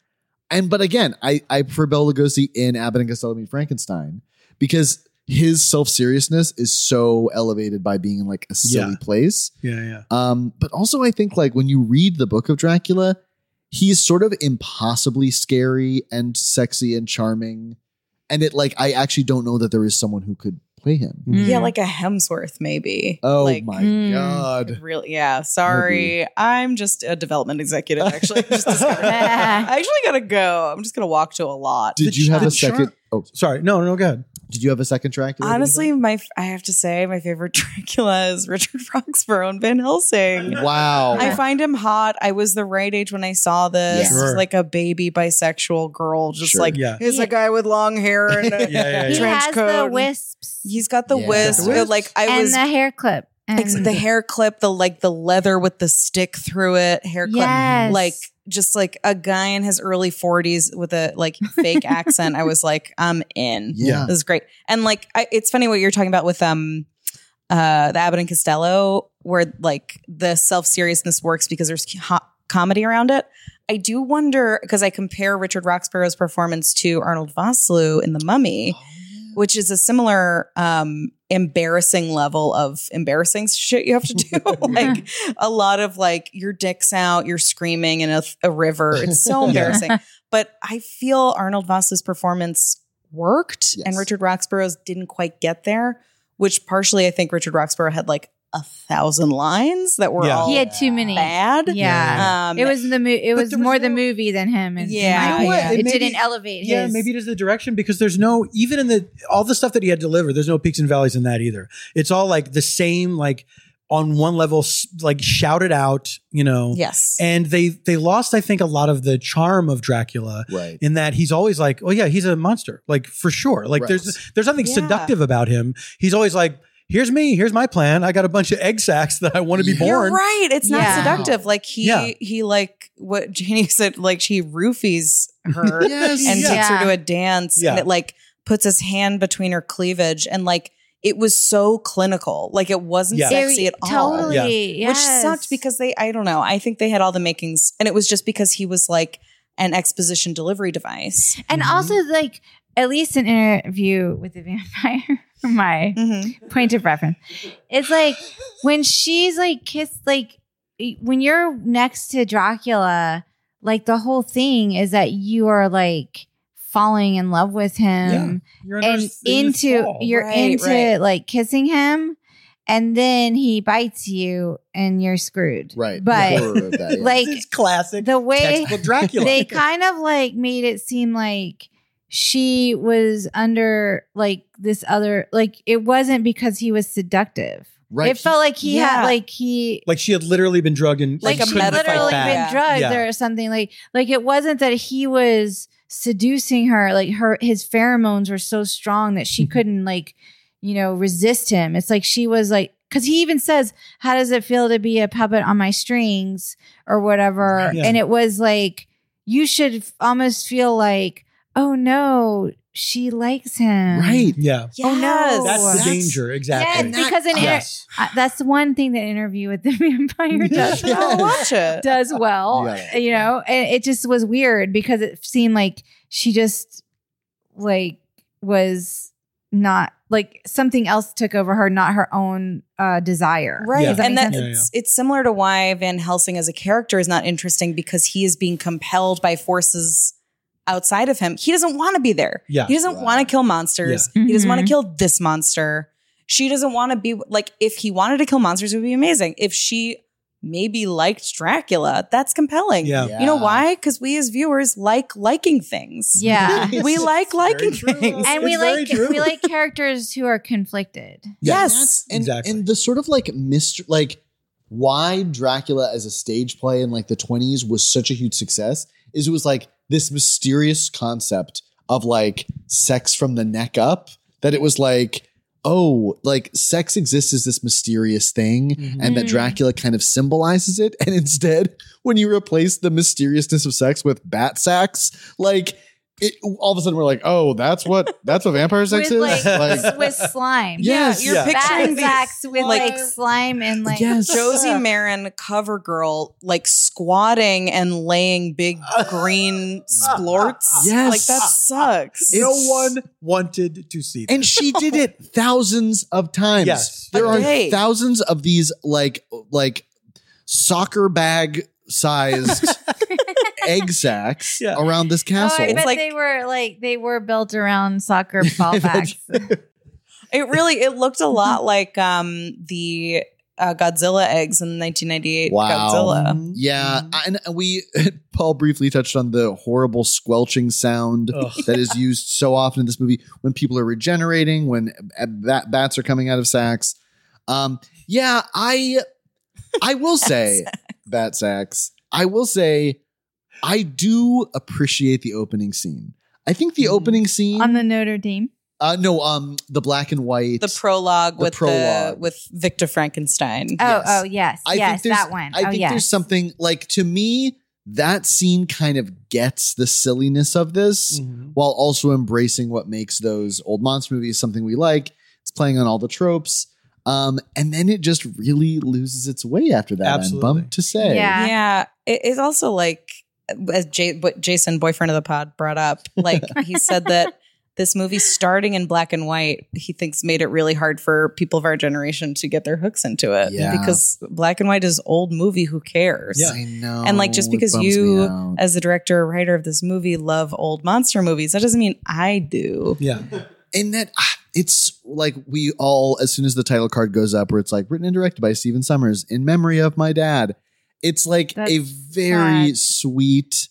Speaker 2: and but again, I I prefer Bela Lugosi in Abbott and Costello Meet Frankenstein because his self seriousness is so elevated by being in like a silly
Speaker 5: Yeah.
Speaker 2: place.
Speaker 5: yeah, yeah.
Speaker 2: Um, but also, I think like when you read the book of Dracula, he's sort of impossibly scary and sexy and charming, and it like I actually don't know that there is someone who could play him.
Speaker 5: Hmm.
Speaker 4: Mm.
Speaker 3: Yeah, like a Hemsworth maybe.
Speaker 2: Hmm. Oh
Speaker 3: like, hmm.
Speaker 2: my
Speaker 4: Mm.
Speaker 2: god!
Speaker 3: Really? Yeah. Sorry, I'm just a development executive. Actually, I just discovered. I actually gotta go. I'm just gonna walk to a lot.
Speaker 2: Did
Speaker 5: The
Speaker 2: you have
Speaker 5: char-
Speaker 2: a second? oh,
Speaker 5: Sorry, no, no, go ahead.
Speaker 2: did you have a second Dracula?
Speaker 3: Honestly, my I have to say, my favorite Dracula is Richard Foxborough and Van Helsing.
Speaker 2: wow.
Speaker 3: I find him hot. I was the right age when I saw this.
Speaker 2: Yeah.
Speaker 5: Sure.
Speaker 3: Like a baby bisexual girl, just
Speaker 2: Sure.
Speaker 3: like
Speaker 5: Yeah.
Speaker 3: he's
Speaker 4: Yeah.
Speaker 3: a guy with long hair and a,
Speaker 5: Yeah, yeah,
Speaker 4: he
Speaker 5: yeah.
Speaker 3: Trench
Speaker 4: has the
Speaker 3: coat.
Speaker 4: wisps
Speaker 3: he's got the
Speaker 2: Yeah.
Speaker 3: wisp.
Speaker 2: The
Speaker 5: wisp.
Speaker 3: Like I
Speaker 4: and
Speaker 3: was
Speaker 4: the hair clip.
Speaker 3: Ex-
Speaker 4: and-
Speaker 3: the hair clip, the like the leather with the stick through it, hair clip.
Speaker 4: Yes.
Speaker 3: Like just like a guy in his early 40s with a like fake accent. I was like, I'm in.
Speaker 2: Yeah.
Speaker 3: This is great. And like, I, it's funny what you're talking about with um, uh, the Abbott and Costello, where like the self seriousness works because there's co- comedy around it. I do wonder because I compare Richard Roxborough's performance to Arnold Vosloo in The
Speaker 2: Oh,
Speaker 3: Mummy, which is a similar um, embarrassing level of embarrassing shit you have to do. like a lot of like your dick's out, you're screaming in a, a river. It's so
Speaker 2: Yeah.
Speaker 3: embarrassing. But I feel Arnold Vosloo's performance worked
Speaker 2: Yes.
Speaker 3: and Richard Roxborough's didn't quite get there, which partially I think Richard Roxborough had like a thousand lines that were
Speaker 5: Yeah.
Speaker 3: all
Speaker 4: He had too many.
Speaker 3: bad.
Speaker 4: Yeah.
Speaker 3: Um,
Speaker 4: it was the mo- it
Speaker 5: But
Speaker 4: was
Speaker 5: there was
Speaker 4: more the
Speaker 5: no-
Speaker 4: movie than him. And
Speaker 3: Yeah, You know what? yeah.
Speaker 4: it,
Speaker 5: It maybe-
Speaker 4: didn't elevate.
Speaker 5: Yeah,
Speaker 4: his,
Speaker 5: maybe it is the direction because there's no even in the all the stuff that he had delivered. There's no peaks and valleys in that either. It's all like the same, like on one level, s- like shouted out, you know.
Speaker 3: yes.
Speaker 5: And they they lost, I think, a lot of the charm of Dracula
Speaker 2: Right.
Speaker 5: in that he's always like, oh yeah, he's a monster, like for sure. Like
Speaker 2: Right.
Speaker 5: there's there's nothing
Speaker 3: Yeah.
Speaker 5: seductive about him. He's always like, here's me, here's my plan. I got a bunch of egg sacs that I want to be
Speaker 2: Yeah.
Speaker 5: born.
Speaker 3: You're right. It's not
Speaker 4: Yeah.
Speaker 3: seductive. Like he
Speaker 5: Yeah.
Speaker 3: he like what Janie said, like she roofies her
Speaker 2: Yes.
Speaker 3: and
Speaker 4: Yeah.
Speaker 3: takes her to a dance
Speaker 5: Yeah.
Speaker 3: and it like puts his hand between her cleavage and like it was so clinical. Like it wasn't
Speaker 5: Yeah.
Speaker 3: sexy at all.
Speaker 4: Totally.
Speaker 3: Which
Speaker 4: yes.
Speaker 3: sucked because they I don't know. I think they had all the makings and it was just because he was like an exposition delivery device.
Speaker 4: and
Speaker 5: Mhm.
Speaker 4: also like at least an interview with the vampire. My point of reference. It's like when she's like kissed, like when you're next to Dracula, like the whole thing is that you are like falling in love with him
Speaker 5: You're
Speaker 4: and into you're
Speaker 3: Right,
Speaker 4: into
Speaker 3: right.
Speaker 4: like kissing him, and then he bites you and you're screwed.
Speaker 2: Right.
Speaker 4: but
Speaker 2: The horror of that, yeah.
Speaker 4: like
Speaker 5: classic
Speaker 4: the way
Speaker 5: textbook Dracula.
Speaker 4: they kind of like made it seem like she was under like this other like it wasn't because he was seductive.
Speaker 2: right.
Speaker 4: It felt like he had
Speaker 3: Yeah.
Speaker 4: like he
Speaker 5: like she had literally been drugged and
Speaker 4: like,
Speaker 3: Like
Speaker 4: she
Speaker 3: a meth
Speaker 4: literally
Speaker 3: fight
Speaker 4: been
Speaker 3: back.
Speaker 4: drugged
Speaker 5: Yeah.
Speaker 4: or something like like it wasn't that he was seducing her like her his pheromones were so strong that she couldn't like you know resist him it's like she was like because he even says how does it feel to be a puppet on my strings or whatever
Speaker 5: Yeah.
Speaker 4: and it was like you should f- almost feel like oh no she likes him
Speaker 2: right.
Speaker 5: yeah.
Speaker 4: Oh, no.
Speaker 3: Yes.
Speaker 5: That's the
Speaker 4: That's-
Speaker 5: danger,
Speaker 4: yes
Speaker 5: exactly.
Speaker 2: And that-
Speaker 4: because in inter-
Speaker 5: yes.
Speaker 4: uh, that's the one thing that interview with the vampire does
Speaker 5: Yes.
Speaker 3: Oh, watch it.
Speaker 4: does well,
Speaker 2: Yeah.
Speaker 4: you know, and it just was weird because it seemed like she just like was not like something else took over her, not her own uh desire.
Speaker 3: Right.
Speaker 5: Yeah.
Speaker 4: Does that
Speaker 3: And
Speaker 4: make
Speaker 3: that's
Speaker 4: sense?
Speaker 5: Yeah,
Speaker 3: it's, it's similar to why Van Helsing as a character is not interesting because he is being compelled by forces outside of him. He doesn't want to be there.
Speaker 5: Yeah.
Speaker 3: He doesn't
Speaker 2: Right.
Speaker 3: want to kill monsters.
Speaker 4: Yeah.
Speaker 3: He doesn't want
Speaker 4: Mhm.
Speaker 3: to kill this monster. She doesn't want to be like if he wanted to kill monsters it would be amazing. If she maybe liked Dracula, that's compelling.
Speaker 5: Yeah.
Speaker 3: You know why? Cuz we as viewers like liking things.
Speaker 4: Yeah.
Speaker 3: We like liking
Speaker 5: Very true.
Speaker 3: things.
Speaker 4: and we
Speaker 5: It's very
Speaker 4: like
Speaker 5: true.
Speaker 4: we like characters who are conflicted.
Speaker 3: Yes.
Speaker 2: That's- and,
Speaker 5: Exactly.
Speaker 2: And the sort of like mystery, like why Dracula as a stage play in like the 20s was such a huge success is it was like this mysterious concept of like sex from the neck up that it was like, oh, like sex exists as this mysterious thing and that
Speaker 4: Mhm.
Speaker 2: Dracula kind of symbolizes it. And instead, when you replace the mysteriousness of sex with bat sacks, like, it, all of a sudden we're like, oh, that's what that's what vampire sex
Speaker 4: with like,
Speaker 2: is. Like,
Speaker 4: Swiss slime.
Speaker 2: yes,
Speaker 3: You're
Speaker 5: Yeah.
Speaker 3: picturing
Speaker 4: Bad
Speaker 3: these
Speaker 4: sacks with
Speaker 3: like-
Speaker 4: like slime and like
Speaker 2: Yes.
Speaker 3: Josie Marin cover girl like squatting and laying big green splorts.
Speaker 2: Yes.
Speaker 3: Like that sucks.
Speaker 5: no
Speaker 2: It's-
Speaker 5: one wanted to see that.
Speaker 2: And she did it thousands of times.
Speaker 5: Yes.
Speaker 2: There
Speaker 3: A
Speaker 2: are
Speaker 3: day.
Speaker 2: thousands of these like like soccer bag sized egg sacks
Speaker 5: Yeah.
Speaker 2: around this
Speaker 4: Oh,
Speaker 2: castle.
Speaker 4: I bet
Speaker 3: like-
Speaker 4: they were like they were built around soccer ball backs.
Speaker 3: It really it looked a lot like um the uh, Godzilla eggs in 1998
Speaker 2: Wow.
Speaker 3: Godzilla.
Speaker 5: Mm-hmm.
Speaker 2: yeah, and we Paul briefly touched on the horrible squelching sound
Speaker 5: Ugh.
Speaker 2: that is used so often in this movie when people are regenerating, when uh, bat- bats are coming out of sacks. Um, yeah, I I will say bat sacks. I will say I do appreciate the opening scene. I think the
Speaker 5: Mhm.
Speaker 2: opening scene
Speaker 4: on the Notre Dame.
Speaker 2: uh, no um the black and white
Speaker 3: The prologue
Speaker 2: The
Speaker 3: with the
Speaker 2: prologue.
Speaker 3: with Victor Frankenstein.
Speaker 4: Oh,
Speaker 2: Yes.
Speaker 4: oh yes, yes,
Speaker 2: there's-
Speaker 4: that one.
Speaker 2: I
Speaker 4: oh
Speaker 2: think
Speaker 4: yes.
Speaker 2: there's something like to me that scene kind of gets the silliness of this
Speaker 5: Mm-hmm.
Speaker 2: while also embracing what makes those old monster movies something we like. It's playing on all the tropes. Um, and then it just really loses its way after that.
Speaker 5: Absolutely.
Speaker 2: I'm bummed to say.
Speaker 4: Yeah.
Speaker 3: Yeah, it, it's also like as J- what Jason, boyfriend of the pod, brought up. Like he said that this movie starting in black and white, he thinks made it really hard for people of our generation to get their hooks into it
Speaker 2: Yeah.
Speaker 3: because black and white is old movie. Who cares?
Speaker 2: I know.
Speaker 3: And, like, just
Speaker 2: It
Speaker 3: because
Speaker 2: bums
Speaker 3: you-
Speaker 2: me out.
Speaker 3: As the director or writer of this movie, love old monster movies. That doesn't mean I do.
Speaker 5: Yeah.
Speaker 2: and that ah, it's like we all as soon as the title card goes up where it's like written and directed by Steven Summers in memory of my dad it's like a
Speaker 4: That's
Speaker 2: very
Speaker 4: sad.
Speaker 2: sweet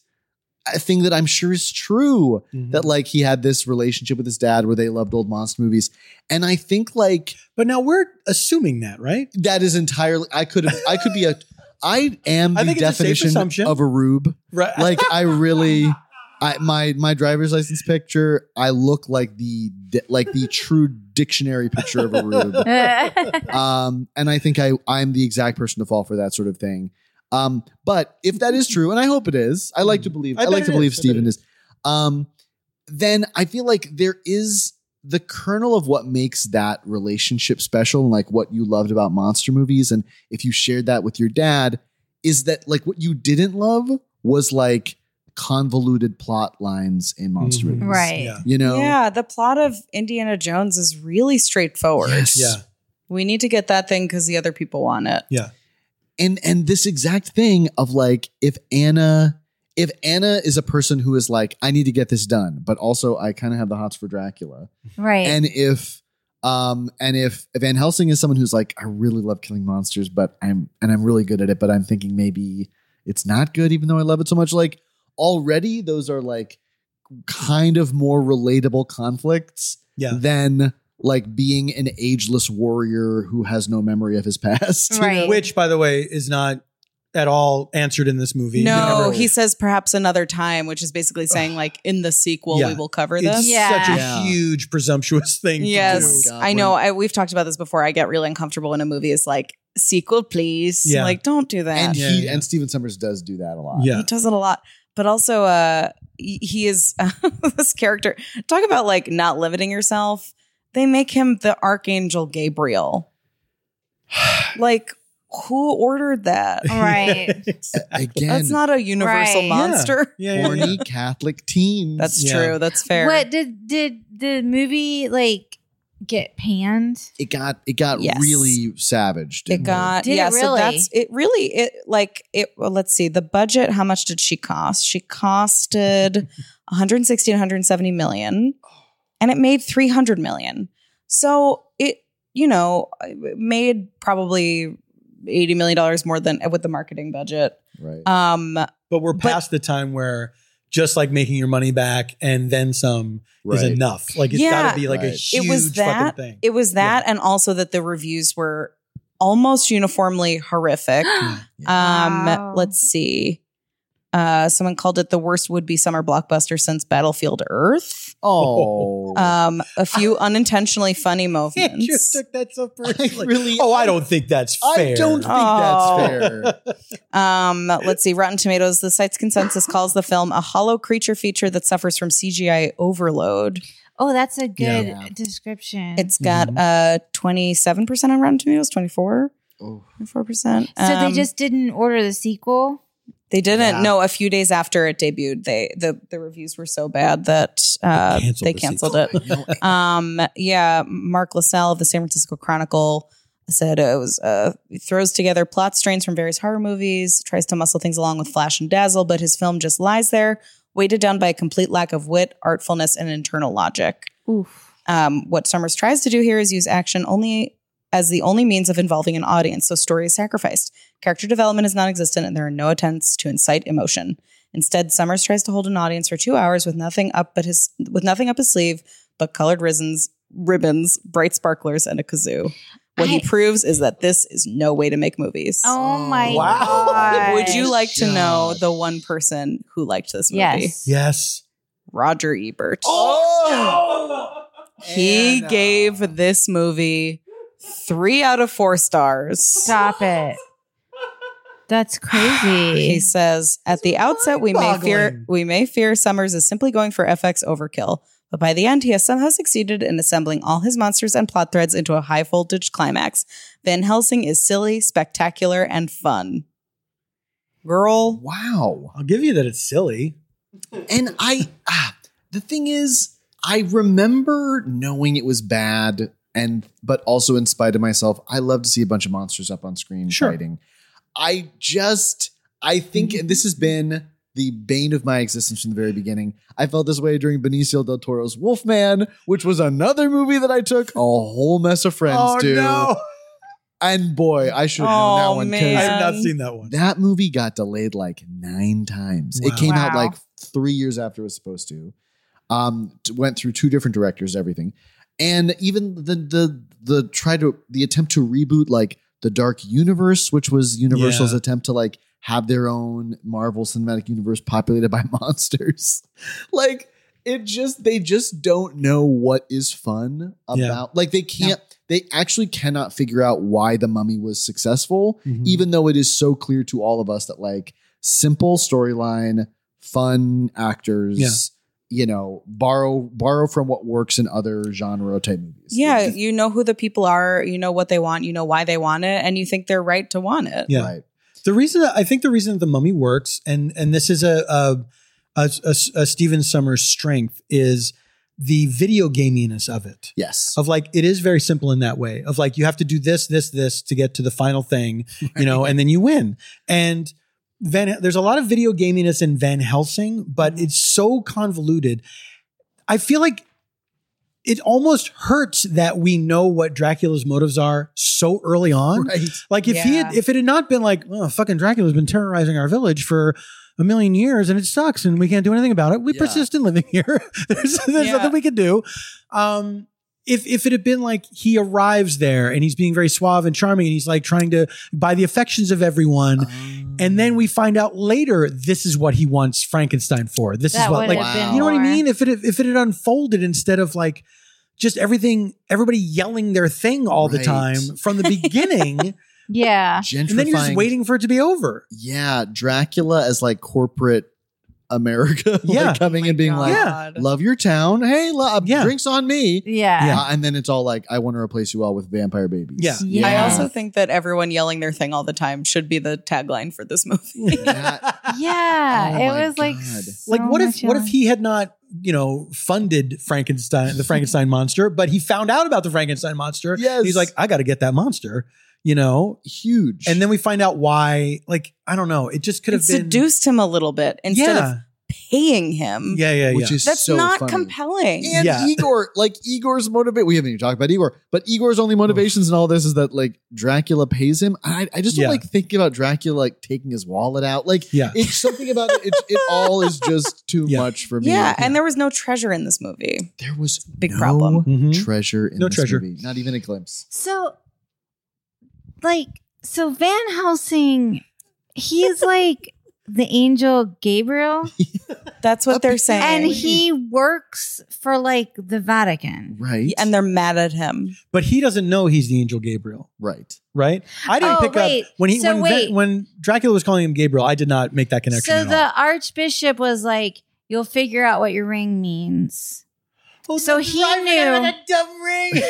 Speaker 2: uh, thing that I'm sure is true
Speaker 5: Mm-hmm.
Speaker 2: that like he had this relationship with his dad where they loved old monster movies and I think like
Speaker 5: but now we're assuming that, right?
Speaker 2: that is entirely I could I could be a I am the
Speaker 5: I think it's a safe
Speaker 2: definition
Speaker 5: assumption.
Speaker 2: of a rube
Speaker 5: Right.
Speaker 2: like I really I my my driver's license picture I look like the di- like the true dictionary picture of a rube um and I think I I'm the exact person to fall for that sort of thing um but if that is true and I hope it is I like to believe
Speaker 5: Mm. I
Speaker 2: I, like
Speaker 5: bet
Speaker 2: to
Speaker 5: it
Speaker 2: believe
Speaker 5: is. I bet
Speaker 2: Stephen
Speaker 5: it
Speaker 2: is um then I feel like there is the kernel of what makes that relationship special and like what you loved about monster movies and if you shared that with your dad is that like what you didn't love was like convoluted plot lines in monster
Speaker 5: Mhm.
Speaker 2: movies
Speaker 4: Right.
Speaker 5: Yeah.
Speaker 2: you know
Speaker 3: Yeah, the plot of Indiana Jones is really straightforward.
Speaker 2: Yes.
Speaker 5: Yeah.
Speaker 3: We need to get that thing because the other people want it.
Speaker 2: and and this exact thing of like if anna if anna is a person who is like i need to get this done but also i kind of have the hots for dracula
Speaker 4: right.
Speaker 2: and if um and if van helsing is someone who's like i really love killing monsters but i'm and i'm really good at it but i'm thinking maybe it's not good even though i love it so much like already those are like kind of more relatable conflicts
Speaker 5: Yeah.
Speaker 2: than like being an ageless warrior who has no memory of his past
Speaker 4: right.
Speaker 5: Which, by the way, is not at all answered in this movie.
Speaker 3: No,
Speaker 5: Never-
Speaker 3: he says perhaps another time, which is basically saying like in the sequel
Speaker 5: Yeah.
Speaker 3: we will cover
Speaker 5: It's
Speaker 3: this.
Speaker 4: Yeah.
Speaker 5: such a
Speaker 2: Yeah.
Speaker 5: huge presumptuous thing. to
Speaker 3: Yes,
Speaker 5: do.
Speaker 2: Oh my God,
Speaker 3: I know. I, we've talked about this before. I get really uncomfortable when a movie is like sequel, please.
Speaker 5: Yeah.
Speaker 3: Like don't do that.
Speaker 2: and
Speaker 5: Yeah,
Speaker 2: he
Speaker 5: yeah.
Speaker 2: and Steven Summers does do that a lot.
Speaker 5: Yeah.
Speaker 3: He does it a lot, but also uh he he is this character. Talk about like not limiting yourself. They make him the archangel Gabriel. like who ordered that?
Speaker 4: Right.
Speaker 2: again,
Speaker 3: That's not a universal
Speaker 4: Right.
Speaker 3: monster.
Speaker 5: Yeah. yeah, yeah,
Speaker 2: horny Catholic teens.
Speaker 3: That's
Speaker 5: Yeah.
Speaker 3: true. That's fair.
Speaker 4: What did did the movie like get panned?
Speaker 2: it got it got
Speaker 3: Yes.
Speaker 2: really savage.
Speaker 3: It
Speaker 2: didn't
Speaker 3: got
Speaker 4: Did it
Speaker 3: yeah. So
Speaker 4: really?
Speaker 3: that's it. Really, it like it. Well, let's see. The budget. How much did she cost? She costed 160, 170 million, and it made 300 million. So it, you know, it made probably 80 million dollars more than with the marketing budget.
Speaker 2: right?
Speaker 3: Um,
Speaker 5: But we're
Speaker 3: But-
Speaker 5: past the time where just like making your money back and then some is
Speaker 2: Right.
Speaker 5: enough. Like it's
Speaker 3: Yeah.
Speaker 5: got to be like a
Speaker 2: Right.
Speaker 5: huge
Speaker 3: It was that-
Speaker 5: fucking thing.
Speaker 3: it was that, and also that the reviews were almost uniformly horrific. Um,
Speaker 4: Wow.
Speaker 3: let's see. Uh, someone called it the worst would-be summer blockbuster since Battlefield Earth.
Speaker 2: Oh,
Speaker 3: Um, a few unintentionally funny
Speaker 5: You just
Speaker 3: moments.
Speaker 5: took that so
Speaker 2: I
Speaker 5: personally.
Speaker 2: really-
Speaker 5: oh, I don't think that's fair.
Speaker 2: I don't think
Speaker 3: Oh.
Speaker 2: that's fair.
Speaker 3: Um, let's see. Rotten Tomatoes. The site's consensus calls the film a hollow creature feature that suffers from CGI overload.
Speaker 4: Oh, that's a good
Speaker 2: Yeah.
Speaker 4: description.
Speaker 3: It's got
Speaker 4: Mm-hmm.
Speaker 3: uh twenty-seven percent on Rotten Tomatoes, 24 24 percent. Um,
Speaker 4: so they just didn't order the sequel.
Speaker 3: they didn't.
Speaker 5: Yeah.
Speaker 3: No, a few days after it debuted, they the the reviews were so bad that uh,
Speaker 5: They canceled
Speaker 3: they canceled
Speaker 5: the
Speaker 2: Oh,
Speaker 5: sequel.
Speaker 3: it. um yeah mark lasell of the san francisco chronicle said it was uh throws together plot strains from various horror movies tries to muscle things along with flash and dazzle but his film just lies there weighted down by a complete lack of wit artfulness and internal logic
Speaker 4: Oof.
Speaker 3: um, what Summers tries to do here is use action only as the only means of involving an audience, so story is sacrificed. Character development is non existent, and there are no attempts to incite emotion. Instead, Summers tries to hold an audience for two hours with nothing up but his with nothing up his sleeve but colored ribbons, ribbons, bright sparklers, and a kazoo. What he
Speaker 4: I-
Speaker 3: proves is that this is no way to make movies.
Speaker 4: Oh my
Speaker 5: Wow.
Speaker 4: god!
Speaker 3: Would you like to know
Speaker 2: Gosh.
Speaker 3: the one person who liked this movie?
Speaker 4: Yes.
Speaker 5: Yes.
Speaker 3: Roger Ebert.
Speaker 2: Oh,
Speaker 3: He
Speaker 2: And, uh,
Speaker 3: gave this movie three out of four stars.
Speaker 4: Stop it. That's
Speaker 3: He
Speaker 4: crazy.
Speaker 3: says, "At the outset, we may fear
Speaker 5: mind-boggling.
Speaker 3: we may fear Summers is simply going for FX overkill, but by the end, he has somehow succeeded in assembling all his monsters and plot threads into a high voltage climax. Van Helsing is silly, spectacular, and fun." Girl,
Speaker 2: Wow.
Speaker 5: I'll give you that it's silly.
Speaker 2: And I, ah, the thing is, I remember knowing it was bad, and but also in spite of myself, I love to see a bunch of monsters up on screen
Speaker 5: Sure.
Speaker 2: fighting. I just, I think and this has been the bane of my existence from the very beginning. I felt this way during Benicio del Toro's Wolfman, which was another movie that I took a whole mess of friends
Speaker 5: Oh,
Speaker 2: to. And boy, I should have known
Speaker 3: Oh,
Speaker 2: that one. 'cause
Speaker 5: I
Speaker 3: man.
Speaker 5: have not
Speaker 3: And-
Speaker 5: seen that one.
Speaker 2: That movie got delayed like nine times. It
Speaker 5: Wow.
Speaker 2: came out
Speaker 4: Wow.
Speaker 2: like three years after it was supposed to. Um, t- went through two different directors, everything, and even the the the try to the attempt to reboot like the Dark Universe, which was Universal's
Speaker 5: Yeah.
Speaker 2: attempt to like have their own Marvel Cinematic Universe populated by monsters. like it just they just don't know what is fun about.
Speaker 5: Yeah.
Speaker 2: Like they can't. They actually cannot figure out why the mummy was successful
Speaker 5: Mhm.
Speaker 2: even though it is so clear to all of us that like simple storyline, fun actors,
Speaker 5: Yeah.
Speaker 2: you know, borrow borrow from what works in other genre type movies.
Speaker 3: yeah, you know who the people are, you know what they want, you know why they want it, and you think they're right to want it.
Speaker 5: Yeah.
Speaker 2: Right.
Speaker 5: The reason that I think the reason that the mummy works, and and this is a a, a, a, a Stephen Summers strength is the video gaminess of it.
Speaker 2: Yes.
Speaker 5: Of like it is very simple in that way. Of like you have to do this, this, this to get to the final thing, you know, and then you win. And Van, there's a lot of video gaminess in Van Helsing, but it's so convoluted. I feel like it almost hurts that we know what Dracula's motives are so early on.
Speaker 2: Right.
Speaker 5: Like if he had,
Speaker 3: Yeah.
Speaker 5: if it had not been like, oh, fucking Dracula's been terrorizing our village for a million years and it sucks and we can't do anything about it. We
Speaker 2: Yeah.
Speaker 5: persist in living here. there's there's
Speaker 3: Yeah.
Speaker 5: nothing we can do. Um, if if it had been like he arrives there and he's being very suave and charming and he's like trying to buy the affections of everyone. and then we find out later this is what he wants Frankenstein for. This is
Speaker 4: That
Speaker 5: what
Speaker 4: would
Speaker 5: like
Speaker 4: have been
Speaker 5: you know what I
Speaker 4: more.
Speaker 5: mean? If it if it had unfolded instead of like just everything, everybody yelling their thing all the
Speaker 2: Right.
Speaker 5: time from the beginning,
Speaker 3: Um,
Speaker 4: Yeah.
Speaker 2: gentrifying.
Speaker 5: and then you're just waiting for it to be over.
Speaker 2: Yeah, Dracula as like corporate America, like,
Speaker 5: Yeah.
Speaker 2: coming and being like,
Speaker 3: Oh God.
Speaker 2: "Love your town, hey, lo- uh,
Speaker 5: Yeah.
Speaker 2: drinks on me."
Speaker 4: Yeah.
Speaker 5: Yeah.
Speaker 2: Uh, and then it's all like, "I want to replace you all with vampire babies."
Speaker 5: Yeah.
Speaker 4: Yeah.
Speaker 3: I also think that everyone yelling their thing all the time should be the tagline for this movie.
Speaker 2: That-
Speaker 4: Yeah.
Speaker 2: Oh my
Speaker 4: it was like,
Speaker 2: God.
Speaker 4: so
Speaker 5: like what if
Speaker 4: much
Speaker 5: what if
Speaker 4: yelling.
Speaker 5: he had not you know funded Frankenstein the Frankenstein monster, but he found out about the Frankenstein monster.
Speaker 2: Yes.
Speaker 5: he's like I got to get that monster, you know.
Speaker 2: Huge.
Speaker 5: And then we find out why. Like I don't know. It just could
Speaker 3: It
Speaker 5: have been
Speaker 3: seduced him a little bit instead
Speaker 5: yeah,
Speaker 3: of paying
Speaker 4: mm.
Speaker 3: him.
Speaker 5: yeah, yeah, yeah.
Speaker 2: which is
Speaker 3: That's
Speaker 2: so
Speaker 3: not
Speaker 2: funny.
Speaker 3: compelling.
Speaker 2: And
Speaker 5: Yeah.
Speaker 2: Igor, like Igor's motivate, we haven't even talked about Igor, but Igor's only motivations in all this is that like Dracula pays him. I, I just don't
Speaker 5: Yeah.
Speaker 2: like thinking about Dracula like taking his wallet out. Like
Speaker 5: yeah.
Speaker 2: it's something about it. It, it all is just too
Speaker 5: Yeah.
Speaker 2: much for me.
Speaker 3: yeah, and there was no treasure in this movie.
Speaker 2: there was
Speaker 3: Big
Speaker 2: no
Speaker 3: problem.
Speaker 5: Mhm.
Speaker 2: Treasure in
Speaker 5: No
Speaker 2: this
Speaker 5: treasure.
Speaker 2: movie. Not even a glimpse.
Speaker 4: So, like, so Van Helsing, he's like the angel Gabriel,
Speaker 3: That's what they're saying.
Speaker 4: and he works for like the Vatican.
Speaker 2: Right.
Speaker 3: and they're mad at him.
Speaker 5: But he doesn't know he's the angel Gabriel,
Speaker 2: right.
Speaker 5: right? I didn't
Speaker 4: Oh,
Speaker 5: pick
Speaker 4: wait.
Speaker 5: up when he
Speaker 4: So
Speaker 5: when
Speaker 4: wait.
Speaker 5: Ven- when Dracula was calling him Gabriel. I did not make that connection.
Speaker 4: So
Speaker 5: at
Speaker 4: the archbishop was like, "You'll figure out what your ring means."
Speaker 5: all.
Speaker 4: so he knew.
Speaker 5: dumb ring.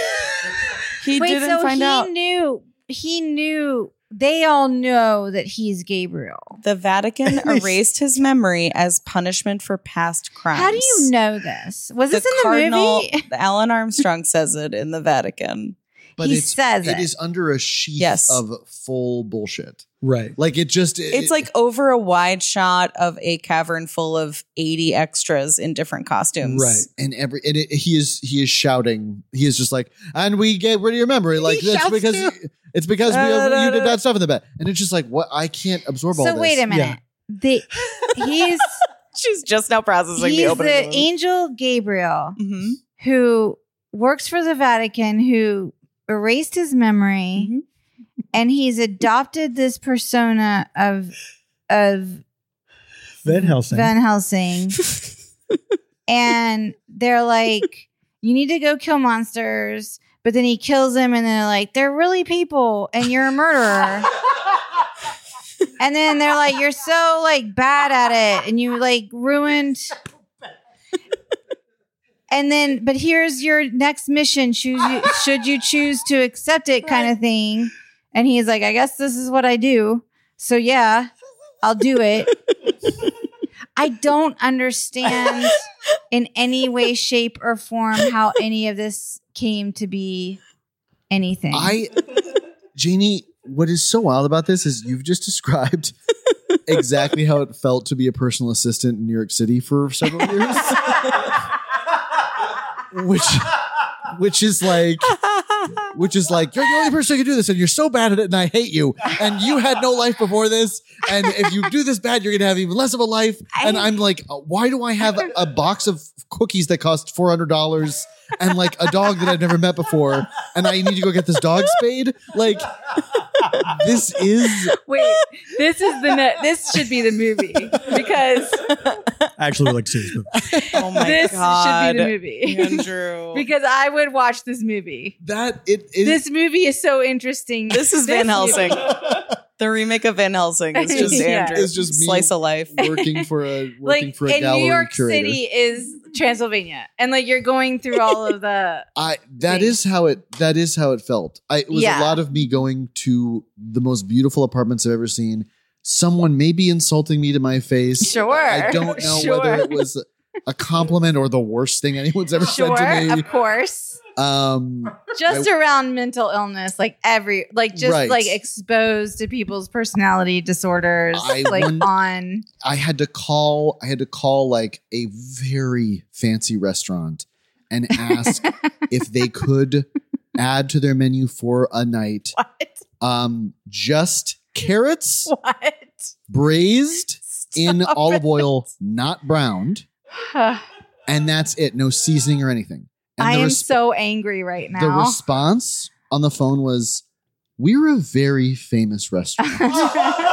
Speaker 3: He
Speaker 4: Wait,
Speaker 3: didn't
Speaker 4: so
Speaker 3: find
Speaker 4: he
Speaker 3: out.
Speaker 4: knew. He knew. They all know that he's Gabriel.
Speaker 3: The Vatican
Speaker 5: They s-
Speaker 3: erased his memory as punishment for past crimes.
Speaker 4: How do you know this? Was this in the
Speaker 3: Cardinal,
Speaker 4: movie?
Speaker 3: Alan Armstrong says it in the Vatican.
Speaker 2: But
Speaker 4: he
Speaker 2: it's
Speaker 4: says
Speaker 2: it
Speaker 4: it.
Speaker 2: is under a sheath
Speaker 3: Yes.
Speaker 2: of full bullshit.
Speaker 5: right.
Speaker 2: Like it just it-
Speaker 3: It's like over a wide shot of a cavern full of 80 extras in different costumes.
Speaker 5: Right.
Speaker 2: and every and it, he is he is shouting. He is just like, and we get rid of your memory. Like that's
Speaker 5: shouts
Speaker 2: because
Speaker 5: too.
Speaker 2: it's because we,
Speaker 3: Da, da,
Speaker 2: you did
Speaker 3: da.
Speaker 2: bad stuff in the bed. And it's just like, what? I can't absorb all
Speaker 4: So
Speaker 2: this.
Speaker 4: wait a
Speaker 5: Yeah.
Speaker 4: minute. The, he's
Speaker 3: She's just now processing the
Speaker 4: he's the,
Speaker 3: opening. of the
Speaker 4: angel Gabriel
Speaker 3: movie.
Speaker 4: who works for the Vatican, who erased his memory,
Speaker 3: Mhm.
Speaker 4: and he's adopted this persona of of
Speaker 5: Van Helsing.
Speaker 4: Van Helsing, and they're like, "You need to go kill monsters." But then he kills him, and they're like, "They're really people, and you're a murderer."
Speaker 6: And then they're like, "You're so like bad at it, and you like ruined." And then, but here's your next mission. Choose you, should you choose to accept it, kind of thing. And he's like, "I guess this is what I do." So yeah, I'll do it. I don't understand in any way, shape, or form how any of this came to be anything.
Speaker 2: I, Janie, what is so wild about this is you've just described exactly how it felt to be a personal assistant in New York City for several years, which, which is like, which is like you're the only person who can do this, and you're so bad at it, and I hate you, and you had no life before this, and if you do this bad, you're gonna have even less of a life. and
Speaker 6: I-
Speaker 2: I'm like, uh, why do I have a box of cookies that cost four hundred dollars? And like a dog that I've never met before, and I need to go get this dog spayed. Like, this is
Speaker 4: Wait, this is the ne- this should be the movie because
Speaker 5: Actually, we're like serious. but-
Speaker 3: Oh my
Speaker 4: this
Speaker 3: god,
Speaker 4: should be the movie.
Speaker 3: Andrew.
Speaker 4: because I would watch this movie.
Speaker 2: that it is
Speaker 4: this movie is so interesting.
Speaker 3: this is Van
Speaker 4: movie-
Speaker 3: Helsing. the remake of Van Helsing is just
Speaker 4: Yeah.
Speaker 3: Andrew.
Speaker 2: It's just me.
Speaker 3: slice of life.
Speaker 2: working for a working
Speaker 4: Like
Speaker 2: for a
Speaker 4: in New
Speaker 2: gallery
Speaker 4: York
Speaker 2: curator.
Speaker 4: City is Transylvania, and like you're going through all of the
Speaker 2: I that is how it that is how it felt. I, it was
Speaker 4: Yeah.
Speaker 2: a lot of me going to the most beautiful apartments I've ever seen. Someone maybe insulting me to my face.
Speaker 4: Sure.
Speaker 2: I don't know whether it was a compliment or the worst thing anyone's ever said
Speaker 4: sure,
Speaker 2: to me.
Speaker 4: of course.
Speaker 2: Um,
Speaker 4: just around mental illness like every like just
Speaker 2: Right.
Speaker 4: like exposed to people's personality disorders
Speaker 2: I
Speaker 4: like
Speaker 2: wonder-
Speaker 4: on
Speaker 2: I had to call. I had to call like a very fancy restaurant and ask if they could add to their menu for a night
Speaker 4: what
Speaker 2: um just carrots
Speaker 4: what
Speaker 2: braised in
Speaker 4: Stop
Speaker 2: olive
Speaker 4: it.
Speaker 2: oil, not browned, and that's it. No seasoning or anything. And
Speaker 4: i
Speaker 2: the
Speaker 4: am
Speaker 2: res-
Speaker 4: so angry right
Speaker 2: the
Speaker 4: now
Speaker 2: response on the phone was, "We're a very famous restaurant."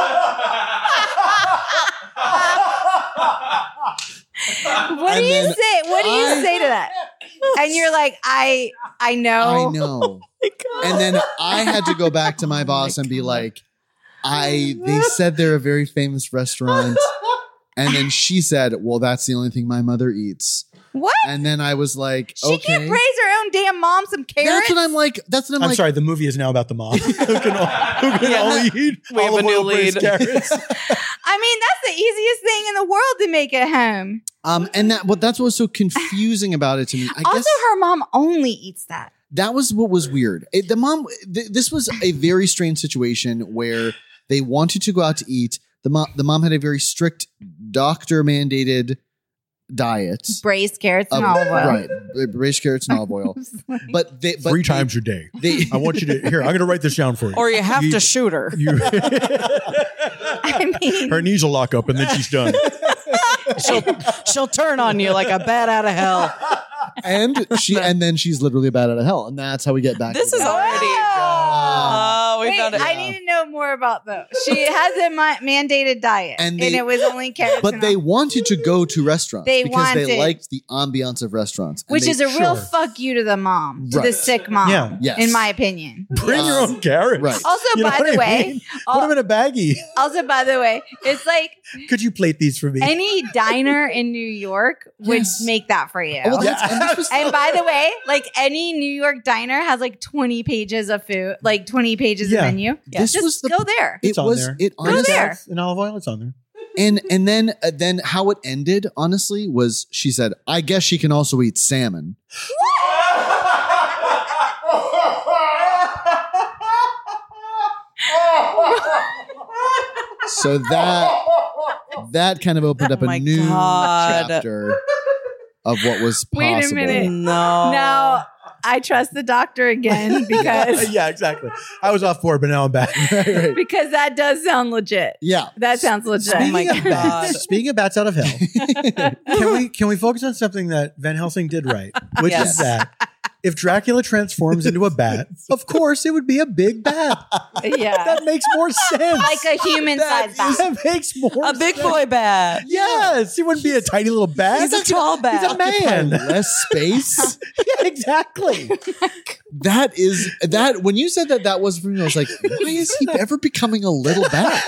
Speaker 4: what do
Speaker 2: and
Speaker 4: you
Speaker 2: then
Speaker 4: say what do you
Speaker 2: I-
Speaker 4: say to that and you're like i i know,
Speaker 2: I know. and then I had to go back to
Speaker 4: Oh
Speaker 2: my boss and be like, "I." They said they're a very famous restaurant. And then she said, "Well, that's the only thing my mother eats."
Speaker 4: what
Speaker 2: And then I was like,
Speaker 4: she
Speaker 2: "Okay,
Speaker 4: can't raise her own damn mom some carrots
Speaker 2: that's what I'm like. That's what I'm,
Speaker 5: I'm
Speaker 2: like.
Speaker 5: sorry, the movie is now about the mom who can, all, who can
Speaker 3: Yeah.
Speaker 5: only eat
Speaker 3: We have
Speaker 5: olive
Speaker 3: a new
Speaker 5: oil braised
Speaker 3: lead.
Speaker 5: carrots.
Speaker 4: i mean that's the easiest thing in the world to make at home
Speaker 2: Um, and that, but that's what was so confusing about it to me. I
Speaker 6: also,
Speaker 2: guess
Speaker 6: her mom only eats that.
Speaker 2: that was what was weird. It- the mom, th- this was a very strange situation where they wanted to go out to eat. The mom, the mom had a very strict doctor mandated diet.
Speaker 6: Braised carrots and
Speaker 2: of-
Speaker 6: olive oil.
Speaker 2: right, bra- braised carrots and olive oil. But they, but
Speaker 5: Three
Speaker 2: they-
Speaker 5: times a day.
Speaker 2: They,
Speaker 5: I want you to here. I'm going to write this down for you.
Speaker 3: Or you have
Speaker 5: You-
Speaker 3: to shoot her.
Speaker 5: You-
Speaker 6: I mean,
Speaker 5: her knees will lock up, and then she's done.
Speaker 3: She'll she'll turn on you like a bat out of hell.
Speaker 2: and she, and then she's literally bad out of hell, and that's how we get back.
Speaker 3: This
Speaker 2: to
Speaker 3: is
Speaker 2: that.
Speaker 3: already.
Speaker 2: Ah.
Speaker 3: Oh, we
Speaker 4: Wait,
Speaker 3: found it.
Speaker 4: I need to know more about those. She has a ma- mandated diet,
Speaker 2: And
Speaker 4: and,
Speaker 2: they-
Speaker 4: it was only carrots.
Speaker 2: But
Speaker 4: and
Speaker 2: they
Speaker 4: all-
Speaker 2: wanted to go to restaurants
Speaker 4: They
Speaker 2: because they
Speaker 4: wanted-
Speaker 2: liked the ambiance of restaurants, and
Speaker 4: which
Speaker 2: they-
Speaker 4: is a real
Speaker 5: sure.
Speaker 4: fuck you to the mom, to
Speaker 2: Right.
Speaker 4: the sick mom,
Speaker 5: Yeah.
Speaker 2: Yes.
Speaker 4: in my opinion.
Speaker 5: Bring your own carrots.
Speaker 2: Right.
Speaker 4: Also,
Speaker 5: You know
Speaker 4: by
Speaker 5: what
Speaker 4: the
Speaker 5: I
Speaker 4: way,
Speaker 5: mean? Put
Speaker 4: al-
Speaker 5: them in a baggie.
Speaker 4: also by the way, it's like
Speaker 5: Could you plate these for me?
Speaker 4: any diner in New York would
Speaker 2: Yes.
Speaker 4: make that for you.
Speaker 2: Oh, well, that's- and this was-
Speaker 4: and by the way, like any New York diner has like 20 pages of food, like 20 pages
Speaker 5: Yeah.
Speaker 4: of menu.
Speaker 2: This
Speaker 4: Just
Speaker 2: was the-
Speaker 4: go there.
Speaker 2: it
Speaker 5: It's on
Speaker 2: was
Speaker 5: there.
Speaker 2: it
Speaker 4: Go
Speaker 2: honestly
Speaker 4: there.
Speaker 5: in olive oil. It's on there.
Speaker 2: and and then uh, then how it ended honestly was she said I guess she can also eat salmon so that that kind of opened up
Speaker 3: Oh
Speaker 2: a
Speaker 3: my
Speaker 2: new
Speaker 3: God.
Speaker 2: chapter of what was
Speaker 4: Wait a
Speaker 2: possible
Speaker 4: minute.
Speaker 3: No.
Speaker 4: Now I trust the doctor again because
Speaker 5: yeah, exactly. I was off board, but now I'm back.
Speaker 2: Right, right.
Speaker 4: because that does sound legit.
Speaker 2: yeah
Speaker 4: That sounds legit.
Speaker 3: Oh my
Speaker 5: Speaking of bats-
Speaker 3: God.
Speaker 5: Speaking of bats out of hell, can we can we focus on something that Van Helsing did right, which
Speaker 3: Yes.
Speaker 5: is that if Dracula transforms into a bat, of course it would be a big bat.
Speaker 4: yeah.
Speaker 5: That makes more sense.
Speaker 4: Like a human sized bat.
Speaker 5: that, that makes more
Speaker 3: a big
Speaker 5: sense.
Speaker 3: boy bat.
Speaker 5: Yes, he wouldn't be a tiny little bat.
Speaker 3: He's a tall bat.
Speaker 5: He's a man.
Speaker 2: less space
Speaker 5: yeah, exactly.
Speaker 2: that is that when you said that that was for me I was like why is he ever becoming a little bat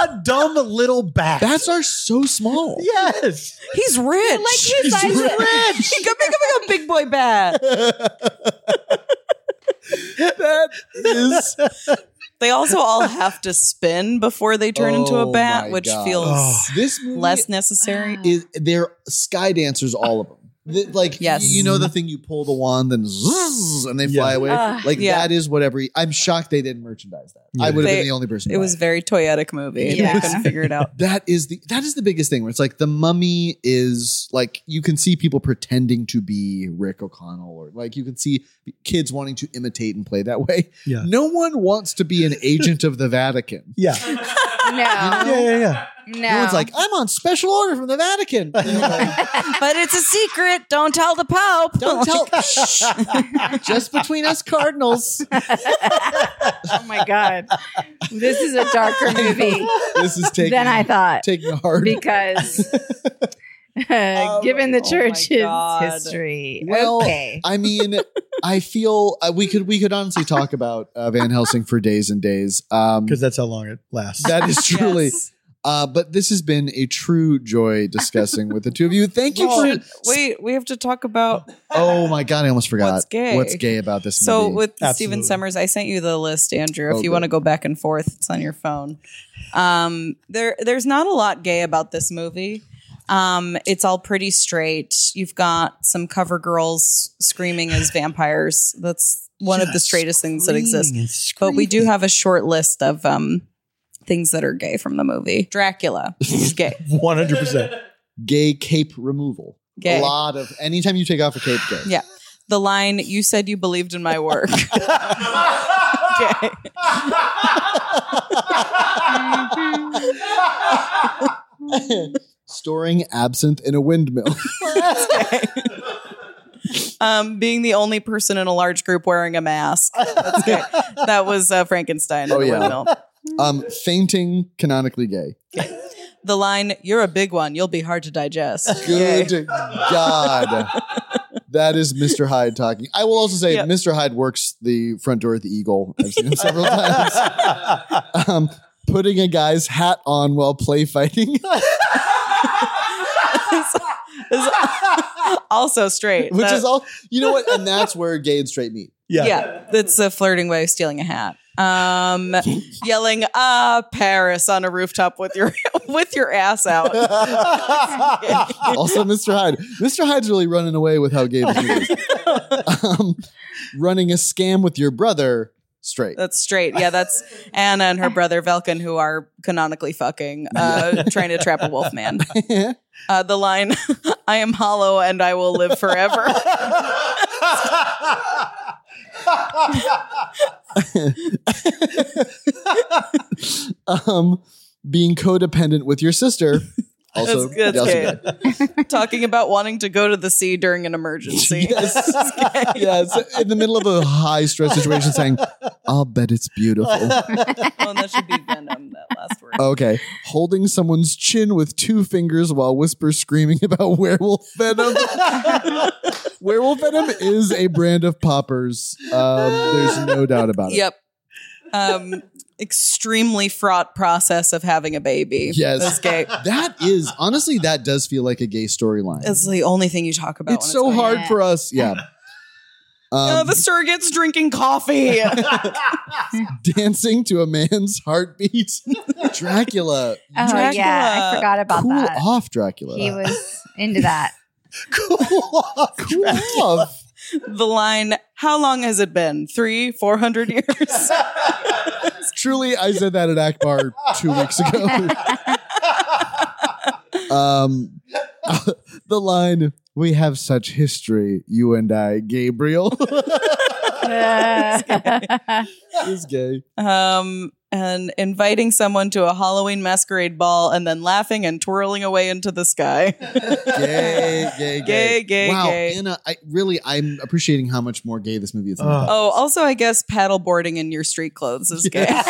Speaker 5: a dumb little bat.
Speaker 2: Bats are so small.
Speaker 5: yes.
Speaker 3: He's rich.
Speaker 2: He's rich.
Speaker 3: he could make him a big boy bat.
Speaker 2: that is
Speaker 3: They also all have to spin before they turn into
Speaker 2: Oh
Speaker 3: a bat,
Speaker 2: my
Speaker 3: which
Speaker 2: God.
Speaker 3: feels
Speaker 5: Oh.
Speaker 2: this movie
Speaker 3: less necessary.
Speaker 2: is they're sky dancers, all of them. The- like
Speaker 3: Yes.
Speaker 2: you know the thing you pull the wand and zzz, and they
Speaker 5: Yeah.
Speaker 2: fly away.
Speaker 7: Ugh,
Speaker 2: like
Speaker 3: yeah.
Speaker 2: that is what every. I'm shocked they didn't merchandise that. I
Speaker 5: Yeah.
Speaker 2: would have
Speaker 3: They-
Speaker 2: been the only person.
Speaker 3: It
Speaker 2: to buy
Speaker 3: was a very toyetic movie. Yeah.
Speaker 7: Yeah.
Speaker 3: I couldn't figure it out.
Speaker 2: that is the that is the biggest thing where it's like the mummy is like you can see people pretending to be Rick O'Connell or like you can see kids wanting to imitate and play that way.
Speaker 5: Yeah.
Speaker 2: No one wants to be an agent of the Vatican.
Speaker 5: Yeah.
Speaker 7: No.
Speaker 5: Yeah, yeah, yeah.
Speaker 7: No.
Speaker 2: No one's like, I'm on special order from the Vatican. You know, like,
Speaker 3: But it's a secret. Don't tell the Pope.
Speaker 2: Don't tell Shh. just between us cardinals.
Speaker 7: oh my God. This is a darker movie
Speaker 2: This is taking
Speaker 7: than I thought
Speaker 2: taking a hard
Speaker 7: because uh,
Speaker 3: Oh,
Speaker 7: given the
Speaker 3: oh my
Speaker 7: church's
Speaker 3: God.
Speaker 7: history.
Speaker 2: Well,
Speaker 7: okay.
Speaker 2: I mean, I feel uh, we could we could honestly talk about uh, Van Helsing for days and days. Um,
Speaker 5: Because that's how long it lasts.
Speaker 2: that is truly.
Speaker 3: Yes.
Speaker 2: Uh, but this has been a true joy discussing with the two of you. Thank you
Speaker 3: Well,
Speaker 2: for.
Speaker 3: wait, we have to talk about
Speaker 2: Oh my god, I almost forgot.
Speaker 3: What's gay?
Speaker 2: What's gay about this
Speaker 3: so
Speaker 2: movie?
Speaker 3: with
Speaker 5: Absolutely.
Speaker 3: Steven Summers. I sent you the list, Andrew. If
Speaker 2: Oh,
Speaker 3: you
Speaker 2: good.
Speaker 3: want to go back and forth, it's on your phone. Um, there, there's not a lot gay about this movie. Um, it's all pretty straight. You've got some cover girls screaming as vampires. That's one of the straightest things that exists. But we do have a short list of um, things that are gay from the movie. Dracula is gay.
Speaker 5: 100%.
Speaker 2: gay cape removal.
Speaker 3: Gay.
Speaker 2: A lot of anytime you take off a cape, gay.
Speaker 3: Yeah. The line, you said you believed in my work. okay.
Speaker 2: Storing absinthe in a windmill.
Speaker 3: Um, being the only person in a large group wearing a mask. That's gay. that was uh, Frankenstein.
Speaker 2: Oh,
Speaker 3: in the
Speaker 2: yeah.
Speaker 3: windmill.
Speaker 2: um, fainting, canonically gay.
Speaker 3: The line, you're a big one. You'll be hard to digest.
Speaker 2: Good
Speaker 3: Gay.
Speaker 2: God. That is Mr. Hyde talking. I will also say
Speaker 3: Yep.
Speaker 2: Mr. Hyde works the front door at the Eagle. I've seen him several times. Um, putting a guy's hat on while play fighting.
Speaker 3: Is also straight.
Speaker 2: Which
Speaker 3: That-
Speaker 2: is all you know what, and that's where gay and straight meet.
Speaker 5: Yeah.
Speaker 3: yeah, that's a flirting way of stealing a hat. Um, yelling "Ah, Paris" on a rooftop with your with your ass out.
Speaker 2: Also, Mr. Hyde. Mr. Hyde's really running away with how gay this movie is. Um, running a scam with your brother, straight.
Speaker 3: That's straight. Yeah, that's Anna and her brother Velkin, who are canonically fucking, uh, trying to trap a wolf man. Uh, the line, "I am hollow and I will live forever."
Speaker 2: um, being codependent with your sister. Also,
Speaker 3: That's- that's
Speaker 2: also
Speaker 3: gay.
Speaker 2: good.
Speaker 3: Talking about wanting to go to the sea during an emergency.
Speaker 2: Yes. yes. In the middle of a high stress situation, saying, I'll bet it's beautiful.
Speaker 3: Oh, and that should be venom. That last word.
Speaker 2: Okay. Holding someone's chin with two fingers while whisper screaming about werewolf venom. werewolf venom is a brand of poppers. Um, there's no doubt about it.
Speaker 3: Yep. Um, extremely fraught process of having a baby.
Speaker 2: Yes.
Speaker 3: That's gay.
Speaker 2: That is honestly, that does feel like a gay storyline.
Speaker 3: It's the only thing you talk about.
Speaker 2: It's
Speaker 3: when
Speaker 2: so
Speaker 3: going
Speaker 2: hard
Speaker 7: Yeah.
Speaker 2: for us. Yeah.
Speaker 3: on. Oh,
Speaker 2: Um,
Speaker 3: the surrogate's drinking coffee.
Speaker 2: dancing to a man's heartbeat. Dracula.
Speaker 4: Oh yeah,
Speaker 3: Dracula.
Speaker 4: I forgot about
Speaker 2: cool
Speaker 4: that.
Speaker 2: off, Dracula.
Speaker 4: He was into that.
Speaker 5: Cool.
Speaker 2: cool off.
Speaker 3: the line, how long has it been? Three, four hundred years?
Speaker 2: Truly, I said that at Akbar two weeks ago. um, the line, we have such history, you and I, Gabriel, is gay.
Speaker 3: um, and inviting someone to a Halloween masquerade ball and then laughing and twirling away into the sky.
Speaker 2: Gay, gay, gay.
Speaker 3: Gay, gay,
Speaker 2: wow,
Speaker 3: gay.
Speaker 2: Anna, I really, I'm appreciating how much more gay this movie is. Than
Speaker 5: Oh.
Speaker 2: I thought.
Speaker 3: Oh, also, I guess paddleboarding in your street clothes is gay.
Speaker 2: and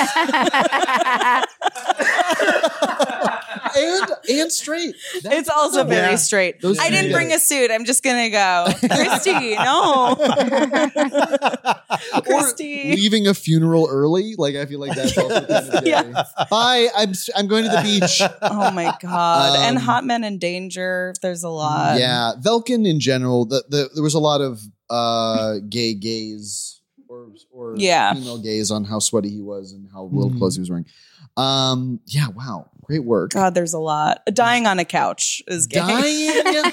Speaker 2: and straight. That's
Speaker 3: It's also
Speaker 2: the
Speaker 3: very
Speaker 5: Yeah.
Speaker 3: straight.
Speaker 2: Those
Speaker 3: I didn't
Speaker 2: three
Speaker 3: bring a suit. I'm just gonna go, Christy. No,
Speaker 2: Or
Speaker 3: Christy.
Speaker 2: leaving a funeral early. Like I feel like that's also kind of
Speaker 3: Yeah.
Speaker 2: yeah. Bye. I'm I'm going to the beach.
Speaker 3: Oh my god! and
Speaker 2: Um,
Speaker 3: hot men in danger. There's a lot.
Speaker 2: yeah, Velkin in general. The, the there was a lot of uh gay gaze or or
Speaker 3: Yeah.
Speaker 2: female gaze on how sweaty he was and how little
Speaker 5: Mhm.
Speaker 2: clothes he was wearing. Um. Yeah. Wow. Great work.
Speaker 3: God, there's a lot. Dying on a couch is gay.
Speaker 2: Dying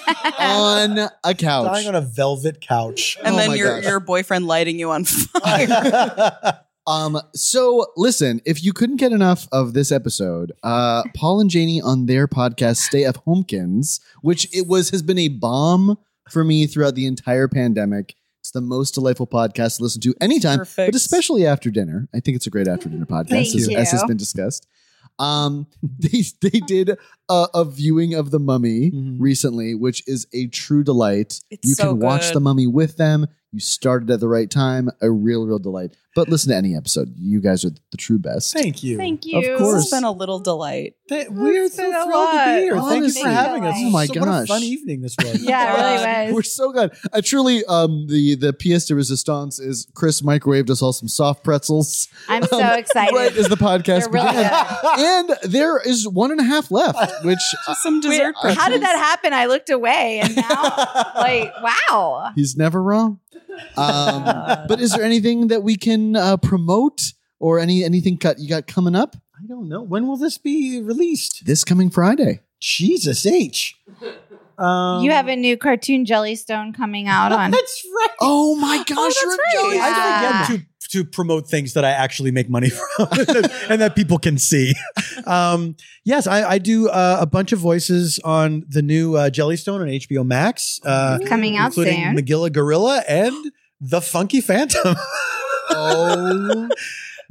Speaker 2: on a couch.
Speaker 5: Dying on a velvet couch.
Speaker 3: and
Speaker 2: Oh
Speaker 3: then
Speaker 2: my
Speaker 3: your
Speaker 2: gosh.
Speaker 3: your boyfriend lighting you on fire.
Speaker 2: Um, so listen, if you couldn't get enough of this episode, uh, Paul and Janie on their podcast, Stay Up Homekins, which it was, has been a bomb for me throughout the entire pandemic. It's the most delightful podcast to listen to anytime, but
Speaker 3: Perfect.
Speaker 2: especially after dinner. I think it's a great after dinner podcast,
Speaker 4: Thank
Speaker 2: as,
Speaker 4: you.
Speaker 2: as has been discussed. Um, they, they did a, a viewing of The Mummy
Speaker 4: Mm-hmm.
Speaker 5: Mhm.
Speaker 2: recently, which is a true delight.
Speaker 3: It's
Speaker 2: you
Speaker 3: so
Speaker 2: can watch
Speaker 3: good.
Speaker 2: The Mummy with them. You started at the right time. A real, real delight. But listen to any episode. You guys are the true best.
Speaker 5: Thank you.
Speaker 7: Thank you.
Speaker 2: Of
Speaker 3: This
Speaker 2: course.
Speaker 3: has been a little delight.
Speaker 5: Th- we're
Speaker 7: It's
Speaker 5: so
Speaker 7: been a
Speaker 5: thrilled to be here.
Speaker 2: lot.
Speaker 5: Thank you for
Speaker 2: Honestly.
Speaker 5: having us.
Speaker 4: Oh
Speaker 2: my
Speaker 5: So- What a
Speaker 2: gosh.
Speaker 5: fun evening this was.
Speaker 7: Yeah, it really
Speaker 2: We're
Speaker 7: was.
Speaker 2: so good. Uh, truly, um, the the pièce de résistance is Chris microwaved us all some soft pretzels
Speaker 4: I'm so excited.
Speaker 2: right as the podcast
Speaker 4: They're really
Speaker 2: began,
Speaker 4: good.
Speaker 2: and there is one and a half left, which
Speaker 3: Just some dessert.
Speaker 7: How
Speaker 2: Wait,
Speaker 3: pretzels.
Speaker 7: did that happen? I looked away and now, like, wow.
Speaker 2: he's never wrong. Um, but is there anything that we can uh, promote or any anything cut you got coming up
Speaker 5: I don't know. When will this be released?
Speaker 2: this coming Friday?
Speaker 5: Jesus H. Um,
Speaker 4: you have a new cartoon Jellystone coming out on.
Speaker 5: That's right.
Speaker 2: Oh my gosh,
Speaker 3: that's
Speaker 2: you're
Speaker 3: right.
Speaker 2: right.
Speaker 5: Oh, I forget to to promote things that I actually make money from and that people can see. Um, yes, I, I do uh, a bunch of voices on the new uh, Jellystone on HBO Max, uh,
Speaker 4: It's coming out
Speaker 5: including
Speaker 4: soon.
Speaker 5: Magilla Gorilla and the Funky Phantom.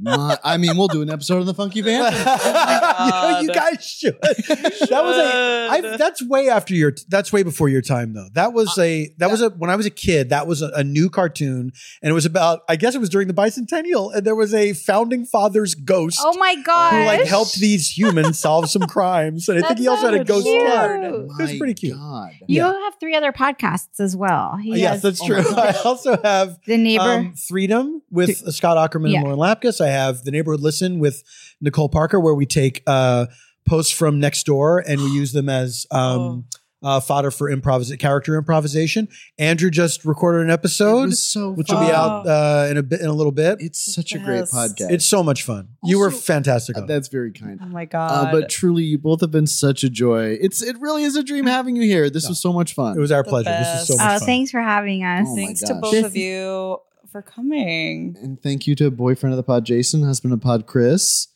Speaker 2: Oh my! I mean, we'll do an episode on the Funky Van.
Speaker 5: Yeah, you,
Speaker 3: God.
Speaker 5: guys should. That was a. I, that's way after your. That's way before your time, though. That was
Speaker 4: Uh,
Speaker 5: a. That was a. When I was a kid, that was a, a new cartoon, and it was about. I guess it was during the bicentennial, and there was a founding father's ghost
Speaker 4: Oh my gosh.
Speaker 5: who like helped these humans solve some crimes, and I think
Speaker 4: That's
Speaker 5: he also had a
Speaker 4: so
Speaker 5: ghost
Speaker 4: cute.
Speaker 5: dad.
Speaker 2: My
Speaker 5: It's pretty cute.
Speaker 2: God.
Speaker 4: You
Speaker 5: Yeah.
Speaker 4: have three other podcasts as well. He
Speaker 5: yes,
Speaker 4: has
Speaker 5: that's
Speaker 2: oh
Speaker 5: true.
Speaker 2: my
Speaker 5: I also have
Speaker 4: The Neighbor.
Speaker 5: um, Freedom with Scott Ackerman
Speaker 4: Yeah.
Speaker 5: and Lauren Lapkus. I have The Neighborhood Listen with Nicole Parker, where we take uh, posts from next door and we use them as um,
Speaker 2: Oh.
Speaker 5: uh, fodder for improvis- character improvisation. Andrew just recorded an
Speaker 2: It
Speaker 5: episode,
Speaker 2: was so
Speaker 5: which
Speaker 2: fun.
Speaker 5: will be out uh, in a bit in a little bit.
Speaker 2: It's
Speaker 3: The
Speaker 2: such a great
Speaker 3: best.
Speaker 2: podcast.
Speaker 5: It's so much fun. you were
Speaker 2: Also-
Speaker 5: fantastic.
Speaker 2: Uh,
Speaker 5: on it.
Speaker 2: that's very kind.
Speaker 3: Oh my
Speaker 2: Uh,
Speaker 3: god!
Speaker 2: but truly, you both have been such a joy. It's it really is a dream having you here. This was so much fun.
Speaker 5: it was our
Speaker 3: the
Speaker 5: pleasure. This is so
Speaker 3: best.
Speaker 5: much
Speaker 2: Uh,
Speaker 4: oh,
Speaker 5: fun.
Speaker 4: thanks for having us.
Speaker 2: Oh my
Speaker 3: thanks to
Speaker 2: gosh.
Speaker 3: both of you for coming.
Speaker 2: and thank you to boyfriend of the pod, Jason, husband of pod, Chris,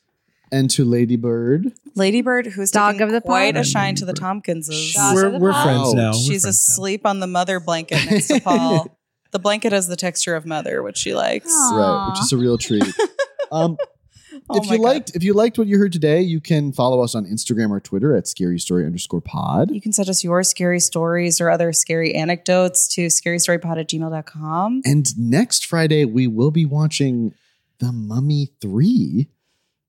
Speaker 2: and to Ladybird.
Speaker 3: Ladybird, who's
Speaker 4: Dog
Speaker 3: taking
Speaker 4: of the
Speaker 3: quite
Speaker 4: pod.
Speaker 3: a shine to the Tompkinses.
Speaker 2: Shots
Speaker 5: we're
Speaker 4: the
Speaker 5: we're
Speaker 4: pod.
Speaker 5: friends now. We're
Speaker 3: She's
Speaker 5: friends now.
Speaker 3: asleep on the mother blanket next to Paul. the blanket has the texture of mother, which she likes.
Speaker 4: Aw.
Speaker 2: Right, which is a real treat. um,
Speaker 3: Oh
Speaker 2: if
Speaker 3: my
Speaker 2: you
Speaker 3: God.
Speaker 2: liked if you liked what you heard today, you can follow us on Instagram or Twitter at scary story underscore pod.
Speaker 3: you can send us your scary stories or other scary anecdotes to scarystorypod at gmail.com.
Speaker 2: And next Friday, we will be watching The Mummy 3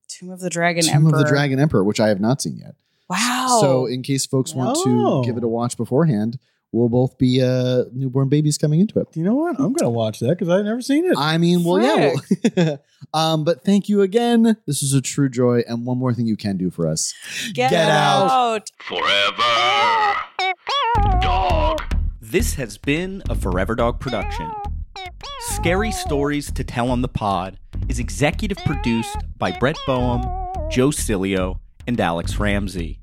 Speaker 3: Tomb of the Dragon
Speaker 2: Tomb
Speaker 3: Emperor.
Speaker 2: of the Dragon Emperor, which I have not seen yet.
Speaker 3: Wow.
Speaker 2: So, in case folks want
Speaker 5: Oh.
Speaker 2: to give it a watch beforehand, we'll both be uh, newborn babies coming into it.
Speaker 5: You know what? I'm gonna watch that because I've never seen it.
Speaker 2: I mean, well, yeah. Well, um, but thank you again. This is a true joy. And one more thing you can do for us.
Speaker 3: get,
Speaker 5: Get out.
Speaker 3: out.
Speaker 1: Forever. Dog.
Speaker 8: This has been a Forever Dog production. Scary Stories to Tell on the Pod is executive produced by Brett Boehm, Joe Cilio, and Alex Ramsey.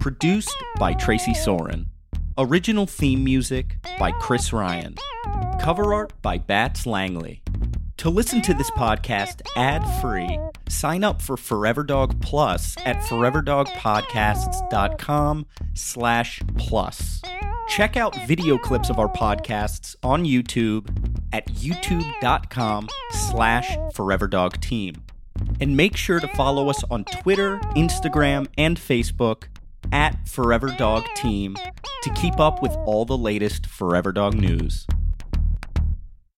Speaker 8: Produced by Tracy Soren. Original theme music by Chris Ryan. Cover art by Bats Langley. To listen to this podcast ad free, sign up for Forever Dog Plus at foreverdogpodcasts.com/plus. Check out video clips of our podcasts on YouTube at youtube.com slash foreverdogteam. And make sure to follow us on Twitter, Instagram, and Facebook at Forever Dog Team to keep up with all the latest Forever Dog news.